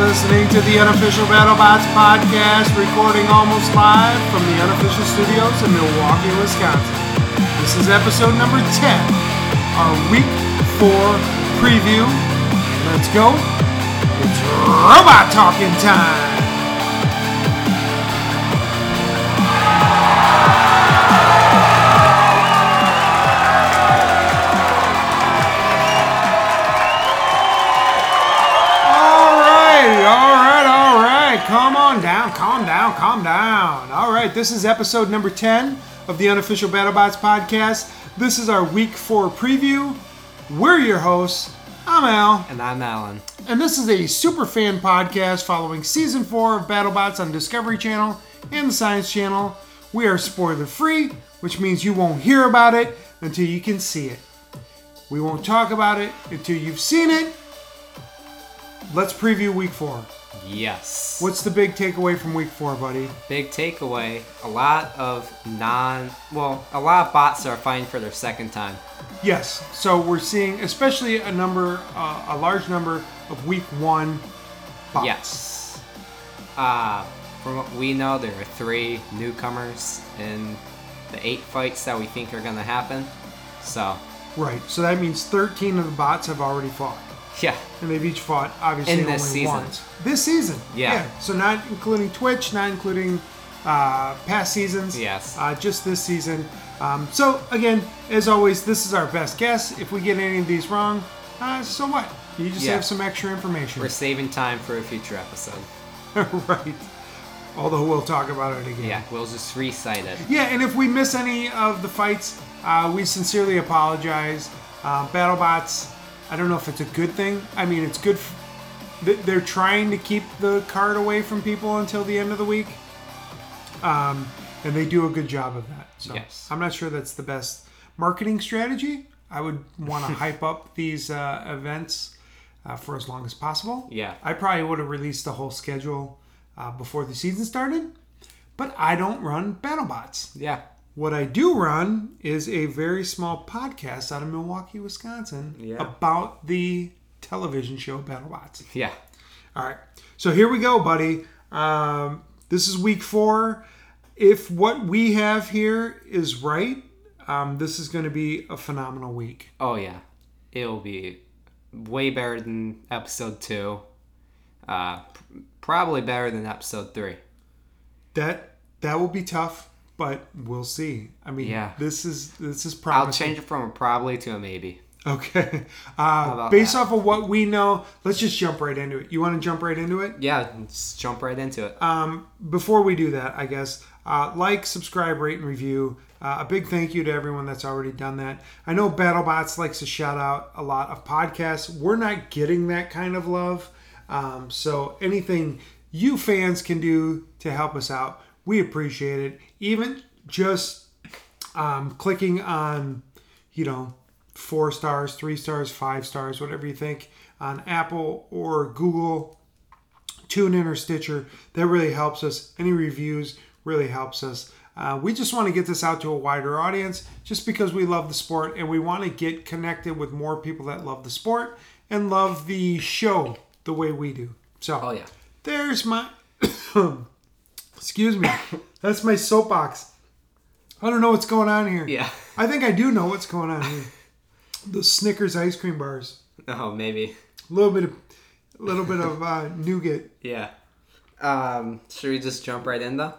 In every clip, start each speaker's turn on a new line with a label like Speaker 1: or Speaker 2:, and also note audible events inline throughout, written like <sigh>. Speaker 1: listening to the Unofficial BattleBots podcast, recording almost live from the Unofficial Studios in Milwaukee, Wisconsin. This is episode number 10, our week four preview. Let's go. It's robot talking time. All right, all right, all right. Come on down, calm down, calm down. All right, this is episode number 10 of the unofficial BattleBots podcast. This is our week four preview. We're your hosts. I'm Al.
Speaker 2: And I'm Alan.
Speaker 1: And this is a super fan podcast following season four of BattleBots on Discovery Channel and the Science Channel. We are spoiler free, which means you won't hear about it until you can see it. We won't talk about it until you've seen it. Let's preview week four.
Speaker 2: Yes.
Speaker 1: What's the big takeaway from week four, buddy?
Speaker 2: Big takeaway a lot of non, well, a lot of bots are fighting for their second time.
Speaker 1: Yes. So we're seeing, especially a number, uh, a large number of week one bots.
Speaker 2: Yes. Uh, from what we know, there are three newcomers in the eight fights that we think are going to happen. So,
Speaker 1: Right. So that means 13 of the bots have already fought.
Speaker 2: yeah.
Speaker 1: And they've each fought obviously
Speaker 2: In this
Speaker 1: only
Speaker 2: season.
Speaker 1: once. This season.
Speaker 2: Yeah.
Speaker 1: So not including Twitch, not including uh, past seasons.
Speaker 2: Yes.
Speaker 1: Uh, just this season. Um, so again, as always, this is our best guess. If we get any of these wrong, uh, so what? You just
Speaker 2: Yeah.
Speaker 1: have some extra information.
Speaker 2: We're saving time for a future episode.
Speaker 1: <laughs> right. Although we'll talk about it again.
Speaker 2: Yeah, we'll just recite it.
Speaker 1: Yeah, and if we miss any of the fights, uh, we sincerely apologize. Uh, BattleBots, I don't know if it's a good thing. I mean, it's good. F- th- they're trying to keep the card away from people until the end of the week, um, and they do a good job of that. So
Speaker 2: Yes.
Speaker 1: I'm not sure that's the best marketing strategy. I would want
Speaker 2: <laughs>
Speaker 1: to hype up these uh, events uh, for as long as possible.
Speaker 2: Yeah.
Speaker 1: I probably would have released the whole schedule uh, before the season started, but I don't run BattleBots.
Speaker 2: Yeah.
Speaker 1: What I do run is a very small podcast out of Milwaukee, Wisconsin
Speaker 2: Yeah.
Speaker 1: about the television show BattleBots.
Speaker 2: Yeah.
Speaker 1: All right. So here we go, buddy. Um, this is week four. If what we have here is right, um, this is going to be a phenomenal week.
Speaker 2: Oh yeah, it'll be way better than episode two. Uh, p- probably better than episode three.
Speaker 1: That that will be tough, but we'll see. I mean,
Speaker 2: Yeah.
Speaker 1: this is this is
Speaker 2: I'll
Speaker 1: promising.
Speaker 2: change it from a probably to a maybe.
Speaker 1: Okay. Uh,
Speaker 2: about
Speaker 1: based
Speaker 2: that?
Speaker 1: off of what we know, let's just jump right into it. You want to jump right into it?
Speaker 2: Yeah, let's jump right into it.
Speaker 1: Before we do that, I guess, uh, like, subscribe, rate, and review. Uh, a big thank you to everyone that's already done that. I know BattleBots likes to shout out a lot of podcasts. We're not getting that kind of love. Um, so anything you fans can do to help us out, we appreciate it. Even just um, clicking on, you know, four stars, three stars, five stars, whatever you think on Apple or Google, TuneIn or Stitcher. That really helps us. Any reviews really helps us. Uh, we just want to get this out to a wider audience just because we love the sport and we want to get connected with more people that love the sport and love the show the way we do. So,
Speaker 2: oh yeah,
Speaker 1: there's my. excuse me. That's my soapbox. I don't know what's going on here.
Speaker 2: yeah. <laughs>
Speaker 1: I think I do know what's going on here. the Snickers ice cream bars.
Speaker 2: Oh maybe.
Speaker 1: A little bit of, a little bit of uh, nougat,
Speaker 2: Yeah. Um, should we just jump right in though?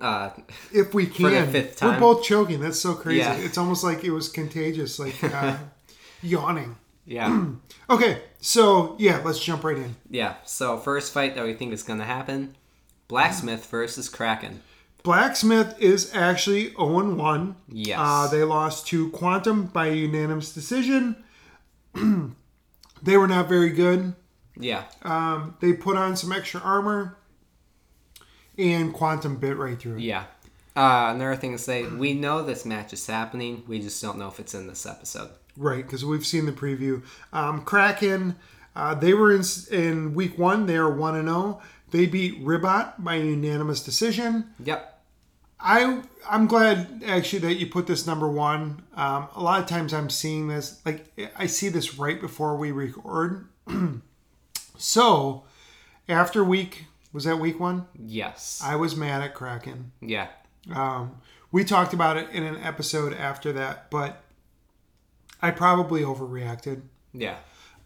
Speaker 2: Uh, <laughs>
Speaker 1: if we can.
Speaker 2: the fifth
Speaker 1: We're
Speaker 2: time.
Speaker 1: both choking. That's so crazy.
Speaker 2: Yeah.
Speaker 1: It's almost like it was contagious, like uh, <laughs> yawning.
Speaker 2: yeah,
Speaker 1: Okay, so yeah, let's jump right in.
Speaker 2: yeah. So first fight that we think is gonna happen: Blacksmith versus Kraken.
Speaker 1: Blacksmith is actually 0 1.
Speaker 2: Yes.
Speaker 1: Uh, they lost to Quantum by a unanimous decision. <clears throat> they were not very good.
Speaker 2: Yeah.
Speaker 1: Um, they put on some extra armor, and Quantum bit right through it.
Speaker 2: Yeah. Uh, another thing to say, we know this match is happening. We just don't know if it's in this episode.
Speaker 1: Right, because we've seen the preview. Um, Kraken, uh, they were in, in week one. They are 1 and 0. They beat Ribot by unanimous decision.
Speaker 2: Yep.
Speaker 1: I I'm glad actually that you put this number one. Um, a lot of times I'm seeing this like I see this right before we record. <clears throat> so After week was that week one?
Speaker 2: Yes.
Speaker 1: I was mad at Kraken.
Speaker 2: yeah.
Speaker 1: Um, we talked about it in an episode after that, but I probably overreacted.
Speaker 2: Yeah.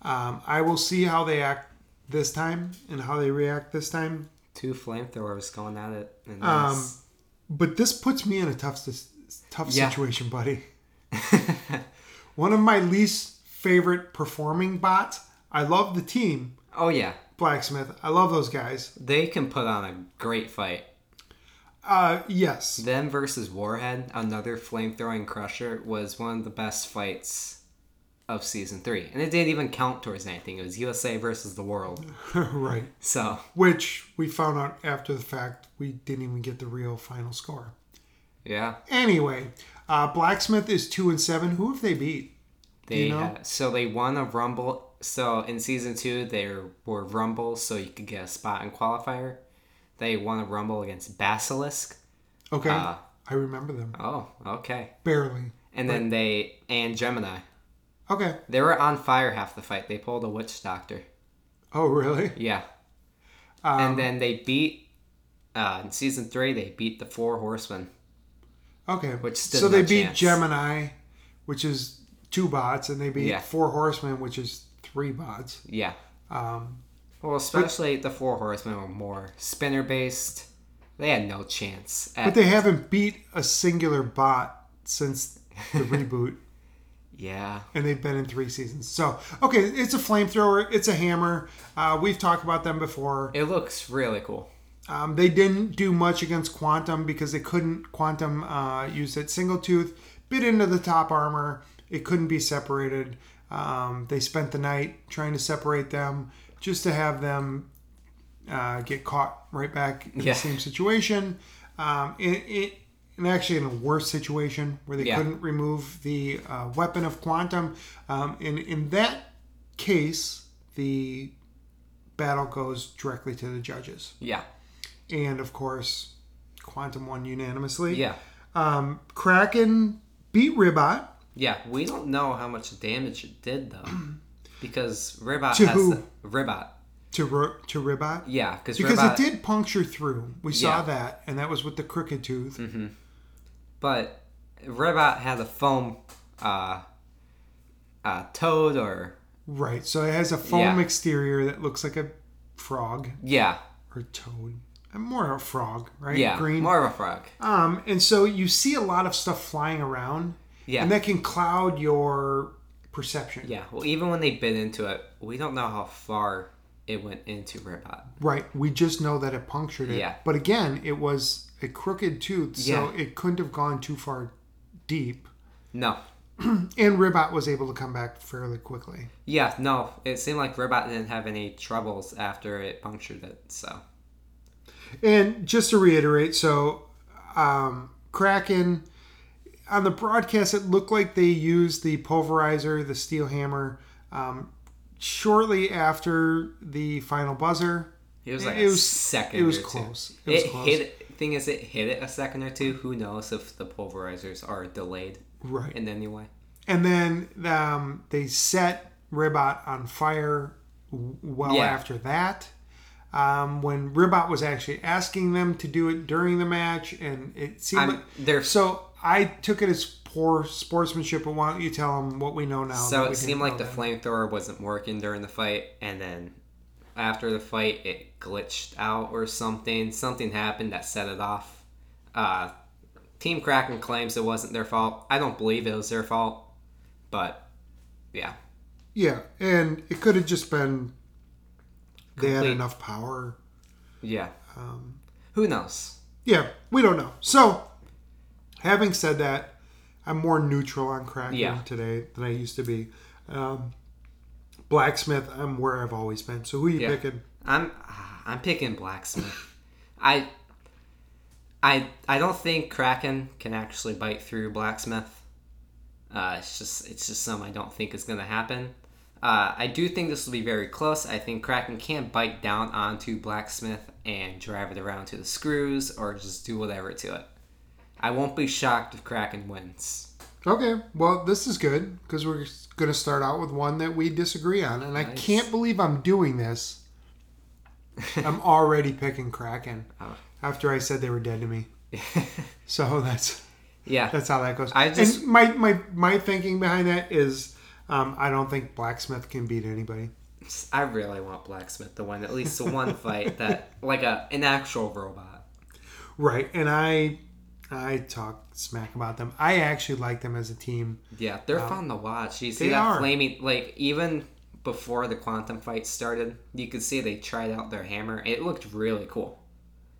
Speaker 1: Um, I will see how they act this time and how they react this time.
Speaker 2: Two flamethrowers going at it. And
Speaker 1: Um,
Speaker 2: that's-
Speaker 1: But this puts me in a tough s- tough
Speaker 2: Yeah.
Speaker 1: situation,
Speaker 2: <laughs>
Speaker 1: buddy. <laughs> One of my least favorite performing bots. I love the team,
Speaker 2: oh yeah,
Speaker 1: Blacksmith. I love those guys.
Speaker 2: they can put on a great fight.
Speaker 1: Uh, yes. <laughs>
Speaker 2: Them versus Warhead, another flamethrowing crusher, was one of the best fights of season three, and it didn't even count towards anything. It was USA versus the world.
Speaker 1: right.
Speaker 2: So
Speaker 1: Which we found out after the fact we didn't even get the real final score.
Speaker 2: yeah,
Speaker 1: Anyway, uh, Blacksmith is two and seven. Who have they beat?
Speaker 2: they
Speaker 1: you know?
Speaker 2: had- so they won a rumble. So in season two, there were rumbles, so you could get a spot in qualifier. They won a rumble against Basilisk.
Speaker 1: Okay.
Speaker 2: Uh,
Speaker 1: I remember them.
Speaker 2: oh, okay.
Speaker 1: Barely.
Speaker 2: And then they and Gemini.
Speaker 1: Okay.
Speaker 2: They were on fire half the fight. They pulled a witch doctor.
Speaker 1: Oh, really?
Speaker 2: Yeah.
Speaker 1: Um,
Speaker 2: and then they beat uh, in season three. They beat the four horsemen.
Speaker 1: Okay.
Speaker 2: Which stood
Speaker 1: so they
Speaker 2: no
Speaker 1: beat
Speaker 2: chance.
Speaker 1: Gemini, which is two bots, and they beat
Speaker 2: Yeah.
Speaker 1: Four Horsemen, which is three bots.
Speaker 2: Yeah.
Speaker 1: Um,
Speaker 2: Well, especially the four horsemen were more spinner based. They had no chance. At,
Speaker 1: but they haven't beat a singular bot since the reboot, <laughs>
Speaker 2: yeah.
Speaker 1: and they've been in three seasons. So okay, it's a flamethrower, it's a hammer. Uh, we've talked about them before.
Speaker 2: It looks really cool.
Speaker 1: Um, they didn't do much against Quantum because they couldn't. Quantum uh, used its single tooth, bit into the top armor. It couldn't be separated. Um, they spent the night trying to separate them just to have them uh, get caught right back in
Speaker 2: Yeah.
Speaker 1: the same situation. Um, it, it, and actually, in a worse situation where they
Speaker 2: Yeah.
Speaker 1: couldn't remove the uh, weapon of Quantum. Um, and in that case, the battle goes directly to the judges
Speaker 2: Yeah.
Speaker 1: and of course quantum won unanimously
Speaker 2: Yeah.
Speaker 1: um kraken beat ribot
Speaker 2: Yeah. We don't know how much damage it
Speaker 1: <clears throat>
Speaker 2: did though, because Ribot
Speaker 1: To
Speaker 2: has
Speaker 1: who?
Speaker 2: the Ribot.
Speaker 1: to Ro- to ribot
Speaker 2: Yeah, because
Speaker 1: because
Speaker 2: Ribot,
Speaker 1: it did puncture through we saw
Speaker 2: Yeah. Mm-hmm.
Speaker 1: that and that was with the crooked tooth
Speaker 2: But Ribot had a foam uh, uh, toad or
Speaker 1: right so it has a foam
Speaker 2: Yeah.
Speaker 1: exterior that looks like a frog
Speaker 2: yeah
Speaker 1: or toad Uh, more of a frog right
Speaker 2: yeah
Speaker 1: green
Speaker 2: more of a frog.
Speaker 1: um and so you see a lot of stuff flying around
Speaker 2: Yeah.
Speaker 1: and that can cloud your perception
Speaker 2: Yeah, well, even when they bit into it, we don't know how far it went into Ribot.
Speaker 1: Right. We just know that it punctured it.
Speaker 2: Yeah.
Speaker 1: But again, it was a crooked tooth, so
Speaker 2: Yeah.
Speaker 1: it couldn't have gone too far deep.
Speaker 2: No.
Speaker 1: And Ribot was able to come back fairly quickly.
Speaker 2: Yeah, no. It seemed like Ribot didn't have any troubles after it punctured it, so.
Speaker 1: And just to reiterate, so um, Kraken on the broadcast, it looked like they used the pulverizer, the steel hammer, um, shortly after the final buzzer.
Speaker 2: It was like
Speaker 1: It
Speaker 2: a
Speaker 1: was-
Speaker 2: second
Speaker 1: It was
Speaker 2: or two.
Speaker 1: close. It
Speaker 2: It,
Speaker 1: was close.
Speaker 2: hit it. Thing is, it hit it a second or two. Who knows if the pulverizers are delayed
Speaker 1: right.
Speaker 2: in any way?
Speaker 1: And then um, they set Ribot on fire w- well
Speaker 2: Yeah.
Speaker 1: after that. Um, when Ribot was actually asking them to do it during the match, and it seemed
Speaker 2: I'm,
Speaker 1: like.
Speaker 2: they're
Speaker 1: So I took it as poor sportsmanship, but why don't you tell them what we know now?
Speaker 2: So
Speaker 1: that we
Speaker 2: it
Speaker 1: didn't
Speaker 2: seemed like
Speaker 1: know
Speaker 2: the
Speaker 1: then?
Speaker 2: flamethrower wasn't working during the fight, and then after the fight, it glitched out or something. Something happened that set it off. Uh, Team Kraken claims it wasn't their fault. I don't believe it was their fault, but yeah,
Speaker 1: Yeah, and it could have just been they had
Speaker 2: Complete-
Speaker 1: enough power.
Speaker 2: yeah. Um, Who knows?
Speaker 1: Yeah, we don't know. So, having said that, I'm more neutral on Kraken
Speaker 2: Yeah.
Speaker 1: today than I used to be. Um, Blacksmith, I'm where I've always been. So, who you
Speaker 2: Yeah.
Speaker 1: picking?
Speaker 2: I'm ah, I'm picking blacksmith. <laughs> I I I don't think Kraken can actually bite through blacksmith. Uh, it's just it's just something I don't think is gonna happen. Uh, I do think this will be very close. I think Kraken can bite down onto blacksmith and drive it around to the screws or just do whatever to it. I won't be shocked if Kraken wins. <laughs>
Speaker 1: Okay, well, this is good because we're going to start out with one that we disagree on. And I
Speaker 2: Nice. <laughs>
Speaker 1: can't believe I'm doing this I'm already picking Kraken
Speaker 2: Oh.
Speaker 1: after I said they were dead to me. So <laughs> that's
Speaker 2: yeah.
Speaker 1: that's how that goes.
Speaker 2: I just-
Speaker 1: and my my my thinking behind that is um, I don't think Blacksmith can beat anybody.
Speaker 2: I really want Blacksmith to win at least one fight that, like a an actual robot.
Speaker 1: Right, and I I talk smack about them. I actually like them as a team.
Speaker 2: Yeah, they're fun to watch. You see
Speaker 1: they
Speaker 2: that
Speaker 1: are.
Speaker 2: flaming like even before the quantum fight started, you could see they tried out their hammer. It looked really cool.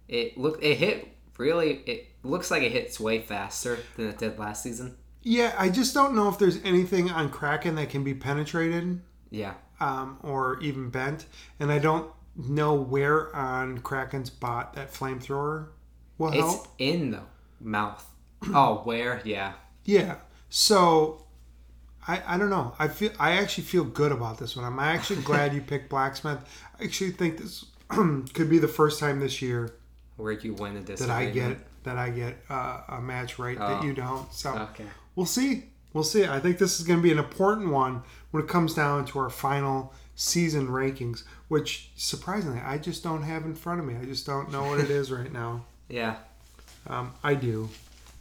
Speaker 2: It looked it hit really it looks like it hits way faster than it did last season.
Speaker 1: Yeah, I just don't know if there's anything on Kraken that can be penetrated
Speaker 2: Yeah.
Speaker 1: um, or even bent, and I don't know where on Kraken's bot that flamethrower will
Speaker 2: It's
Speaker 1: help.
Speaker 2: in the
Speaker 1: <clears throat>
Speaker 2: mouth. Oh, where? Yeah.
Speaker 1: Yeah. So I I don't know. I feel I actually feel good about this one. I'm actually glad you picked Blacksmith. I actually think this <clears throat> could be the first time this year
Speaker 2: Where'd you win a
Speaker 1: that I
Speaker 2: disagreement?
Speaker 1: get that I get uh, a match right that
Speaker 2: Oh.
Speaker 1: you don't. So
Speaker 2: Okay.
Speaker 1: we'll see. We'll see. I think this is going to be an important one when it comes down to our final season rankings, which surprisingly I just don't have in front of me. I just don't know what it is right now.
Speaker 2: Yeah.
Speaker 1: Um, I do.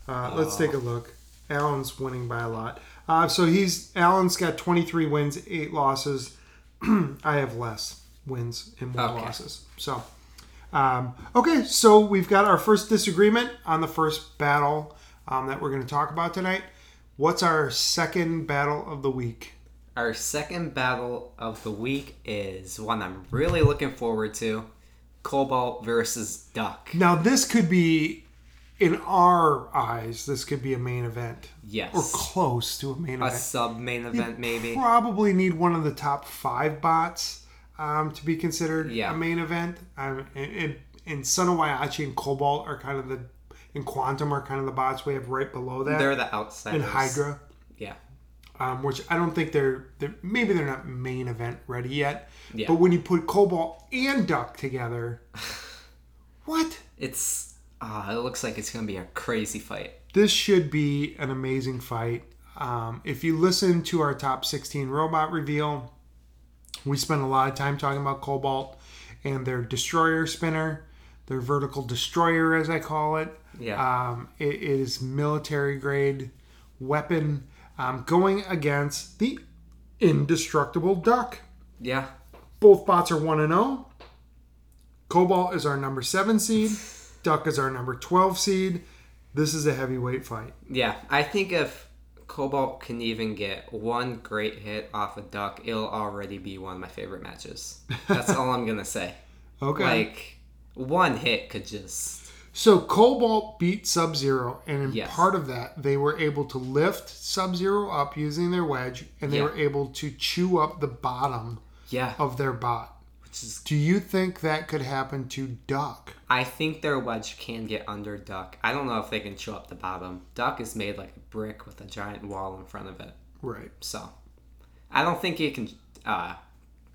Speaker 1: Uh, Let's
Speaker 2: Oh.
Speaker 1: take a look. Allen's winning by a lot. Uh, so he's Allen's got 23 wins, eight losses. <clears throat> I have less wins and more
Speaker 2: Okay.
Speaker 1: losses. So um, okay, so we've got our first disagreement on the first battle um, that we're going to talk about tonight. What's our second battle of the week?
Speaker 2: Our second battle of the week is one I'm really looking forward to. Cobalt versus Duck.
Speaker 1: Now this could be, in our eyes, this could be a main event
Speaker 2: Yes.
Speaker 1: or close to a main
Speaker 2: a
Speaker 1: event.
Speaker 2: sub main event, maybe.
Speaker 1: probably need one of the top five bots um, to be considered
Speaker 2: Yeah.
Speaker 1: a main event. Um, and, and, and Son of Waiachi and Cobalt are kind of the, and Quantum are kind of the bots we have right below that.
Speaker 2: They're the outsiders.
Speaker 1: and Hydra,
Speaker 2: Yeah.
Speaker 1: um, which I don't think they're, they're, maybe they're not main event ready yet.
Speaker 2: Yeah.
Speaker 1: But when you put Cobalt and Duck
Speaker 2: <laughs>
Speaker 1: together, what?
Speaker 2: It's. Uh, it looks like it's going to be a crazy fight.
Speaker 1: this should be an amazing fight. Um, if you listen to our top 16 robot reveal, we spent a lot of time talking about Cobalt and their destroyer spinner, their vertical destroyer, as I call it.
Speaker 2: Yeah.
Speaker 1: Um, it it is military grade weapon um, going against the indestructible duck.
Speaker 2: yeah.
Speaker 1: Both bots are 1 and 0. Cobalt is our number 7 seed, Duck is our number 12 seed. This is a heavyweight fight.
Speaker 2: Yeah. I think if Cobalt can even get one great hit off a duck, it'll already be one of my favorite matches. That's all I'm going to say.
Speaker 1: Okay.
Speaker 2: Like, one hit could just.
Speaker 1: so Cobalt beat Sub Zero, and in
Speaker 2: Yes.
Speaker 1: part of that, they were able to lift Sub Zero up using their wedge, and they
Speaker 2: Yeah.
Speaker 1: were able to chew up the bottom
Speaker 2: Yeah.
Speaker 1: of their bot.
Speaker 2: Which is.
Speaker 1: Do you think that could happen to Duck?
Speaker 2: I think their wedge can get under Duck. I don't know if they can chew up the bottom. Duck is made like a brick with a giant wall in front of it.
Speaker 1: Right.
Speaker 2: So, I don't think you can uh,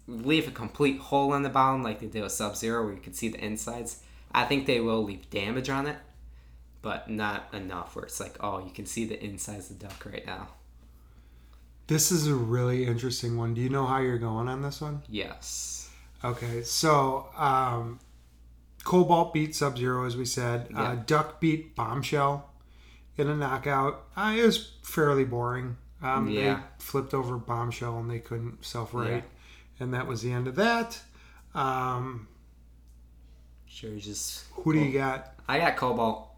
Speaker 2: leave a complete hole in the bottom like they did with Sub Zero, where you can see the insides. I think they will leave damage on it, but not enough where it's like, oh, you can see the insides of the duck right now.
Speaker 1: This is a really interesting one. Do you know how you're going on this one?
Speaker 2: Yes.
Speaker 1: Okay, so um, Cobalt beat Sub Zero, as we said. Uh,
Speaker 2: Yeah.
Speaker 1: Duck beat Bombshell in a knockout. Uh, it was fairly boring. Um, They
Speaker 2: Yeah.
Speaker 1: flipped over Bombshell and they couldn't self right. And that was the end of that. Um,
Speaker 2: Sure, just.
Speaker 1: who do you got?
Speaker 2: I got Cobalt.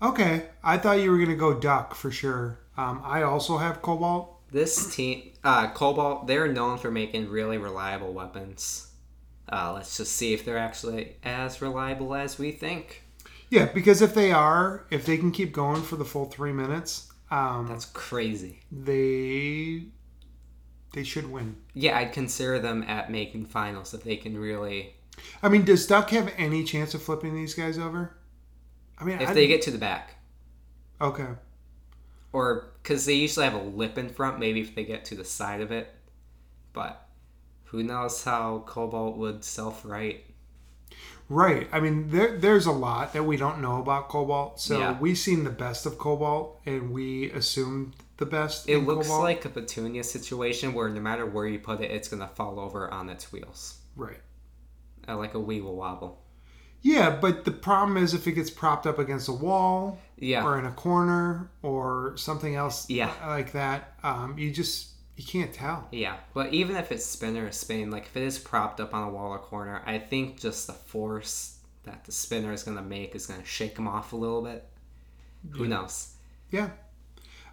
Speaker 1: Okay, I thought you were going to go Duck for sure. Um, I also have Cobalt.
Speaker 2: This team, uh, Cobalt, they're known for making really reliable weapons. Uh, let's just see if they're actually as reliable as we think.
Speaker 1: Yeah, because if they are, if they can keep going for the full three minutes, um,
Speaker 2: That's crazy.
Speaker 1: they they should win.
Speaker 2: Yeah, I'd consider them at making finals if they can really
Speaker 1: I mean, does Duck have any chance of flipping these guys over? I mean,
Speaker 2: if
Speaker 1: I,
Speaker 2: they get to the back
Speaker 1: okay,
Speaker 2: or because they usually have a lip in front. Maybe if they get to the side of it, but who knows how Cobalt would self right?
Speaker 1: right. I mean, there, there's a lot that we don't know about Cobalt. So
Speaker 2: Yeah.
Speaker 1: we've seen the best of Cobalt, and we assumed the best.
Speaker 2: It
Speaker 1: in
Speaker 2: looks
Speaker 1: Cobalt.
Speaker 2: like a Petunia situation where no matter where you put it, it's gonna fall over on its wheels.
Speaker 1: right.
Speaker 2: uh, like a weeble wobble.
Speaker 1: Yeah, but the problem is if it gets propped up against a wall
Speaker 2: Yeah.
Speaker 1: or in a corner or something else
Speaker 2: Yeah.
Speaker 1: like that, um, you just you can't tell.
Speaker 2: Yeah, but even if it's spin or a spin, like if it is propped up on a wall or corner, I think just the force that the spinner is gonna make is gonna shake them off a little bit. Who knows?
Speaker 1: Yeah.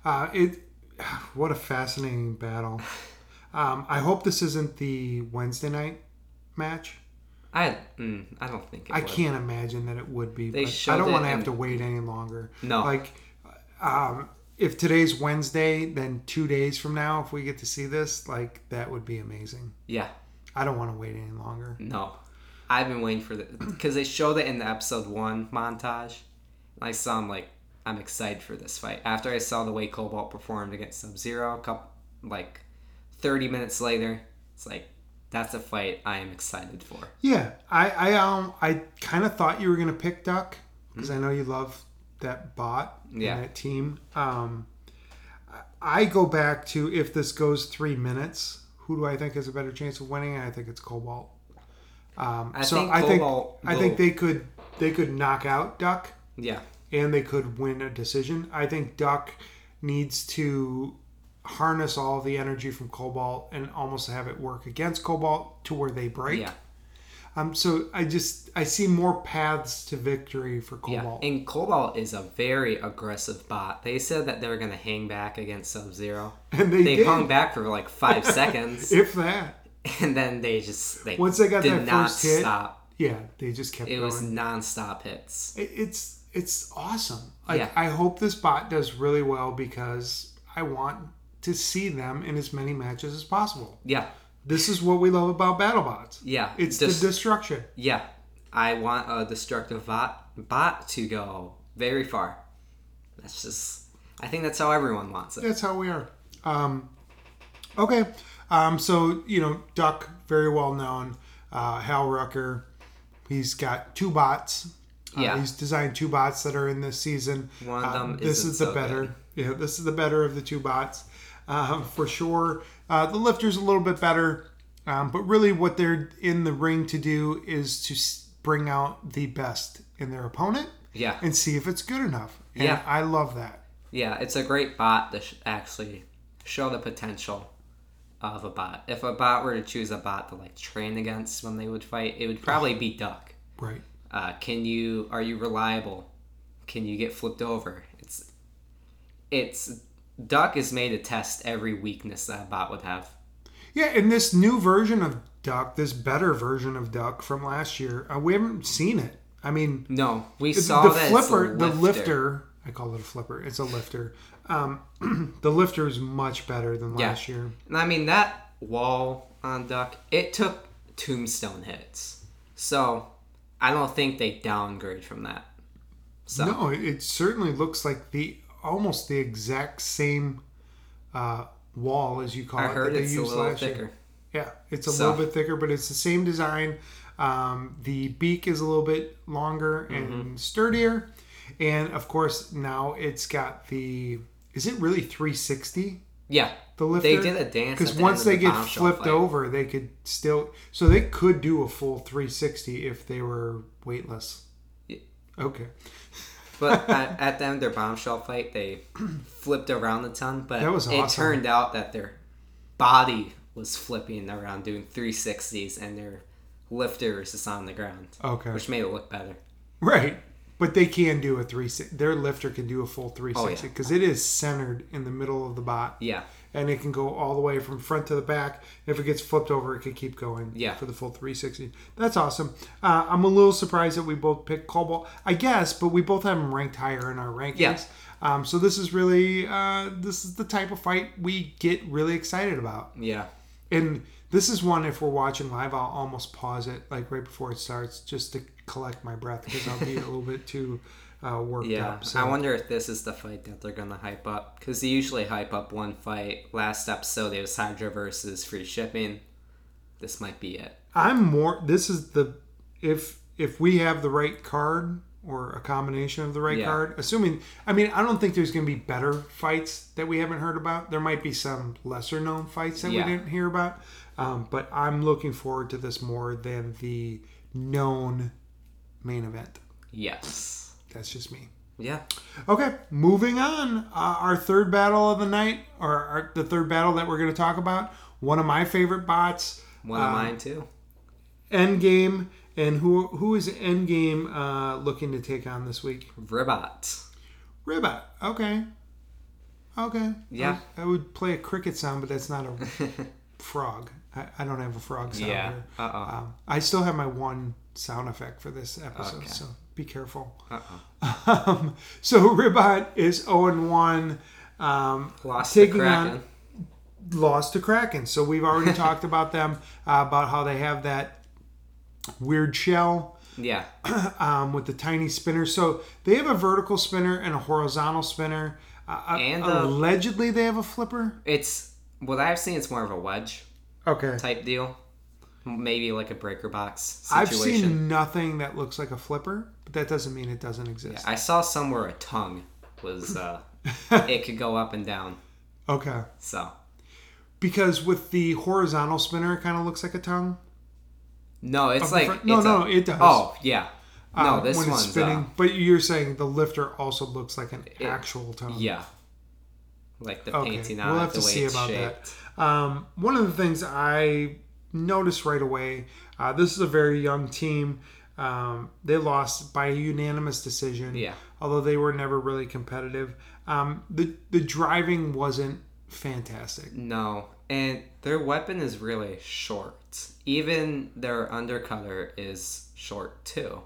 Speaker 1: Uh, it <sighs> what a fascinating
Speaker 2: <sighs>
Speaker 1: battle. Um, I hope this isn't the Wednesday night match.
Speaker 2: I mm, I don't think it
Speaker 1: I
Speaker 2: would.
Speaker 1: can't imagine that it would be.
Speaker 2: They
Speaker 1: but I
Speaker 2: shoved
Speaker 1: don't
Speaker 2: it
Speaker 1: want to have
Speaker 2: in-
Speaker 1: to
Speaker 2: Oh.
Speaker 1: wait any longer.
Speaker 2: No.
Speaker 1: Like, um, if today's Wednesday, then two days from now, if we get to see this, like that would be amazing.
Speaker 2: Yeah,
Speaker 1: I don't want to wait any longer.
Speaker 2: no. I've been waiting for the because they showed it in the episode one montage. And I saw him like I'm excited for this fight. After I saw the way Cobalt performed against Sub Zero, a couple like thirty minutes later, it's like that's a fight I am excited for.
Speaker 1: Yeah, I I um I kind of thought you were gonna pick Duck because I know you love that bot
Speaker 2: Hmm. Yeah.
Speaker 1: and that team. Um, I- I go back to if this goes three minutes, who do I think has a better chance of winning? And I think it's Cobalt. Um,
Speaker 2: I
Speaker 1: so
Speaker 2: think
Speaker 1: I think
Speaker 2: Cobalt
Speaker 1: I think
Speaker 2: will-
Speaker 1: they could they could knock out Duck
Speaker 2: Yeah.
Speaker 1: and they could win a decision. I think Duck needs to harness all the energy from Cobalt and almost have it work against Cobalt to where they break.
Speaker 2: Yeah.
Speaker 1: Um, so I just I see more paths to victory for
Speaker 2: Yeah,
Speaker 1: Cobalt.
Speaker 2: and Cobalt is a very aggressive bot. They said that they were going to hang back against Sub Zero.
Speaker 1: <laughs> and <laughs> they,
Speaker 2: They
Speaker 1: did,
Speaker 2: hung back for
Speaker 1: <laughs>
Speaker 2: like five seconds,
Speaker 1: if that.
Speaker 2: and then they just they
Speaker 1: Once they got
Speaker 2: did
Speaker 1: that
Speaker 2: not
Speaker 1: first hit,
Speaker 2: stop.
Speaker 1: Yeah, they just kept
Speaker 2: It
Speaker 1: going.
Speaker 2: was nonstop hits.
Speaker 1: It- it's it's awesome. Like
Speaker 2: Yeah.
Speaker 1: I hope this bot does really well because I want to see them in as many matches as possible.
Speaker 2: Yeah,
Speaker 1: This is what we love about BattleBots.
Speaker 2: yeah.
Speaker 1: It's
Speaker 2: Just-
Speaker 1: the destruction.
Speaker 2: yeah. I want a destructive bot bot to go very far. That's just. I think that's how everyone wants it.
Speaker 1: That's how we are. Um, okay. Um, so, you know, Duck, very well known. Uh, Hal Rucker, he's got two bots. Uh,
Speaker 2: Yeah.
Speaker 1: He's designed two bots that are in this season.
Speaker 2: One of
Speaker 1: Uh,
Speaker 2: them
Speaker 1: this
Speaker 2: isn't
Speaker 1: is the
Speaker 2: so
Speaker 1: better. Yeah, this is the better of the two bots um, for sure. Uh, the lifter's a little bit better, um, but really what they're in the ring to do is to s- bring out the best in their opponent
Speaker 2: Yeah,
Speaker 1: and see if it's good enough. And
Speaker 2: Yeah.
Speaker 1: I love that.
Speaker 2: Yeah, it's a great bot to sh- actually show the potential of a bot. If a bot were to choose a bot to like train against when they would fight, it would probably be Duck.
Speaker 1: Right.
Speaker 2: Uh, can you are you reliable? Can you get flipped over? It's it's Duck is made to test every weakness that a bot would have.
Speaker 1: Yeah, and this new version of Duck, this better version of Duck from last year, uh, we haven't seen it. I mean,
Speaker 2: No, we
Speaker 1: the
Speaker 2: saw that it's a
Speaker 1: flipper, the lifter, I call it a flipper, it's a lifter. Um, <clears throat> the lifter is much better than
Speaker 2: Yeah.
Speaker 1: last year.
Speaker 2: And I mean that wall on Duck, it took tombstone hits. So I don't think they downgrade from that. So
Speaker 1: No, it, it certainly looks like the almost the exact same uh, wall as you call
Speaker 2: I
Speaker 1: it
Speaker 2: heard
Speaker 1: that they
Speaker 2: it's a
Speaker 1: used
Speaker 2: little
Speaker 1: last year.
Speaker 2: thicker.
Speaker 1: Yeah, it's a
Speaker 2: So-
Speaker 1: little bit thicker, but it's the same design. Um, the beak is a little bit longer
Speaker 2: Mm-hmm.
Speaker 1: and sturdier, and of course now it's got the. Is it really 360?
Speaker 2: Yeah.
Speaker 1: The lifter.
Speaker 2: They did a dance
Speaker 1: because
Speaker 2: at the
Speaker 1: once
Speaker 2: end of
Speaker 1: they
Speaker 2: the
Speaker 1: get
Speaker 2: bombshell
Speaker 1: flipped
Speaker 2: fight.
Speaker 1: over, they could still. So they could do a full 360 if they were weightless.
Speaker 2: Ye-
Speaker 1: Okay. <laughs>
Speaker 2: But at, at the end of their bombshell fight, they <clears throat> flipped around a ton. But
Speaker 1: That was
Speaker 2: it
Speaker 1: awesome.
Speaker 2: turned out that their body was flipping around, doing 360s, and their lifter is just on the ground,
Speaker 1: Oh, Okay.
Speaker 2: which made it look better.
Speaker 1: <laughs> Right. But they can do a 360. Their lifter can do a full 360
Speaker 2: Oh,
Speaker 1: because it is centered in the middle of the bot.
Speaker 2: Yeah.
Speaker 1: and it can go all the way from front to the back. If it gets flipped over, it could keep going
Speaker 2: Yeah.
Speaker 1: for the full 360. That's awesome. Uh, I'm a little surprised that we both picked Cobalt, I guess, but we both have him ranked higher in our rankings.
Speaker 2: Yeah.
Speaker 1: Um, so this is really uh, this is the type of fight we get really excited about,
Speaker 2: Yeah.
Speaker 1: and this is one if we're watching live, I'll almost pause it like right before it starts just to collect my breath because I'll be a little bit too uh, worked
Speaker 2: Yeah,
Speaker 1: up. So
Speaker 2: I wonder if this is the fight that they're gonna hype up because they usually hype up one fight. Last episode, it was Hydra versus Free Shipping. This might be it.
Speaker 1: I'm more. This is the if if we have the right card or a combination of the right
Speaker 2: Yeah.
Speaker 1: card. Assuming, I mean, I don't think there's going to be better fights that we haven't heard about. There might be some lesser known fights that
Speaker 2: Yeah.
Speaker 1: we didn't hear about, um, but I'm looking forward to this more than the known main event.
Speaker 2: Yes.
Speaker 1: That's just me.
Speaker 2: Yeah.
Speaker 1: Okay, moving on. Uh, our third battle of the night, or our, the third battle that we're going to talk about, one of my favorite bots,
Speaker 2: One of mine too.
Speaker 1: Endgame. And who who is Endgame uh, looking to take on this week?
Speaker 2: Ribot.
Speaker 1: Ribot. Okay. Okay.
Speaker 2: Yeah.
Speaker 1: I, I would play a cricket sound, but that's not
Speaker 2: <laughs>
Speaker 1: a frog. I, I don't have a frog sound.
Speaker 2: Yeah.
Speaker 1: here.
Speaker 2: Uh oh.
Speaker 1: Um, I still have my one sound effect for this episode,
Speaker 2: Okay.
Speaker 1: so be careful.
Speaker 2: Uh
Speaker 1: Um, so Ribot is 0 1, um,
Speaker 2: oh. Lost to
Speaker 1: Taking on-
Speaker 2: Kraken.
Speaker 1: lost to Kraken. So we've
Speaker 2: <laughs>
Speaker 1: already talked about them, uh, about how they have that weird shell
Speaker 2: Yeah.
Speaker 1: um, with the tiny spinner. So they have a vertical spinner and a horizontal spinner. Uh,
Speaker 2: And, uh,
Speaker 1: allegedly, they have a flipper.
Speaker 2: It's what I've seen. It's more of a wedge
Speaker 1: Okay.
Speaker 2: type deal. Maybe like a breaker box
Speaker 1: I've
Speaker 2: situation.
Speaker 1: seen nothing that looks like a flipper, but that doesn't mean it doesn't exist.
Speaker 2: I saw somewhere a tongue was
Speaker 1: <laughs>
Speaker 2: uh it could go up and down.
Speaker 1: Okay.
Speaker 2: So
Speaker 1: Because with the horizontal spinner, it kind of looks like a tongue.
Speaker 2: no, it's
Speaker 1: Of the
Speaker 2: like
Speaker 1: front- no,
Speaker 2: it's
Speaker 1: no,
Speaker 2: a-
Speaker 1: it does.
Speaker 2: Oh yeah, no,
Speaker 1: uh,
Speaker 2: this one's Uh,
Speaker 1: but you're saying the lifter also looks like an actual tongue.
Speaker 2: yeah, like the
Speaker 1: Okay,
Speaker 2: painting on
Speaker 1: we'll
Speaker 2: it,
Speaker 1: have
Speaker 2: the
Speaker 1: to
Speaker 2: way
Speaker 1: see
Speaker 2: it's
Speaker 1: about
Speaker 2: shaped.
Speaker 1: that. Um, one of the things I noticed right away, uh, this is a very young team. Um, they lost by a unanimous decision.
Speaker 2: Yeah.
Speaker 1: Although they were never really competitive, um, the the driving wasn't fantastic.
Speaker 2: No, and their weapon is really short. Even their undercutter is short too.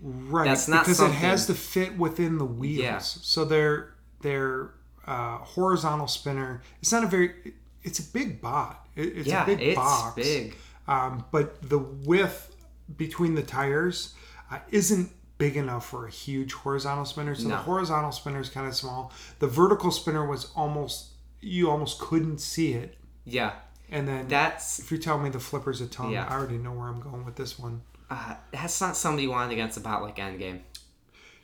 Speaker 1: Right.
Speaker 2: That's not
Speaker 1: because
Speaker 2: something-
Speaker 1: it has to fit within the wheels.
Speaker 2: Yeah.
Speaker 1: So their their uh, horizontal spinner. It's not a very. It's a big bot. It, it's
Speaker 2: yeah,
Speaker 1: a big
Speaker 2: it's
Speaker 1: box.
Speaker 2: big.
Speaker 1: Um, but the width between the tires uh, isn't big enough for a huge horizontal spinner. So the
Speaker 2: No.
Speaker 1: horizontal spinner is kind of small. The vertical spinner was almost you almost couldn't see it.
Speaker 2: Yeah,
Speaker 1: And then
Speaker 2: that's
Speaker 1: if you tell me the flipper's a tongue,
Speaker 2: Yeah.
Speaker 1: I already know where I'm going with this one.
Speaker 2: uh, that's not something you want against a bot like Endgame.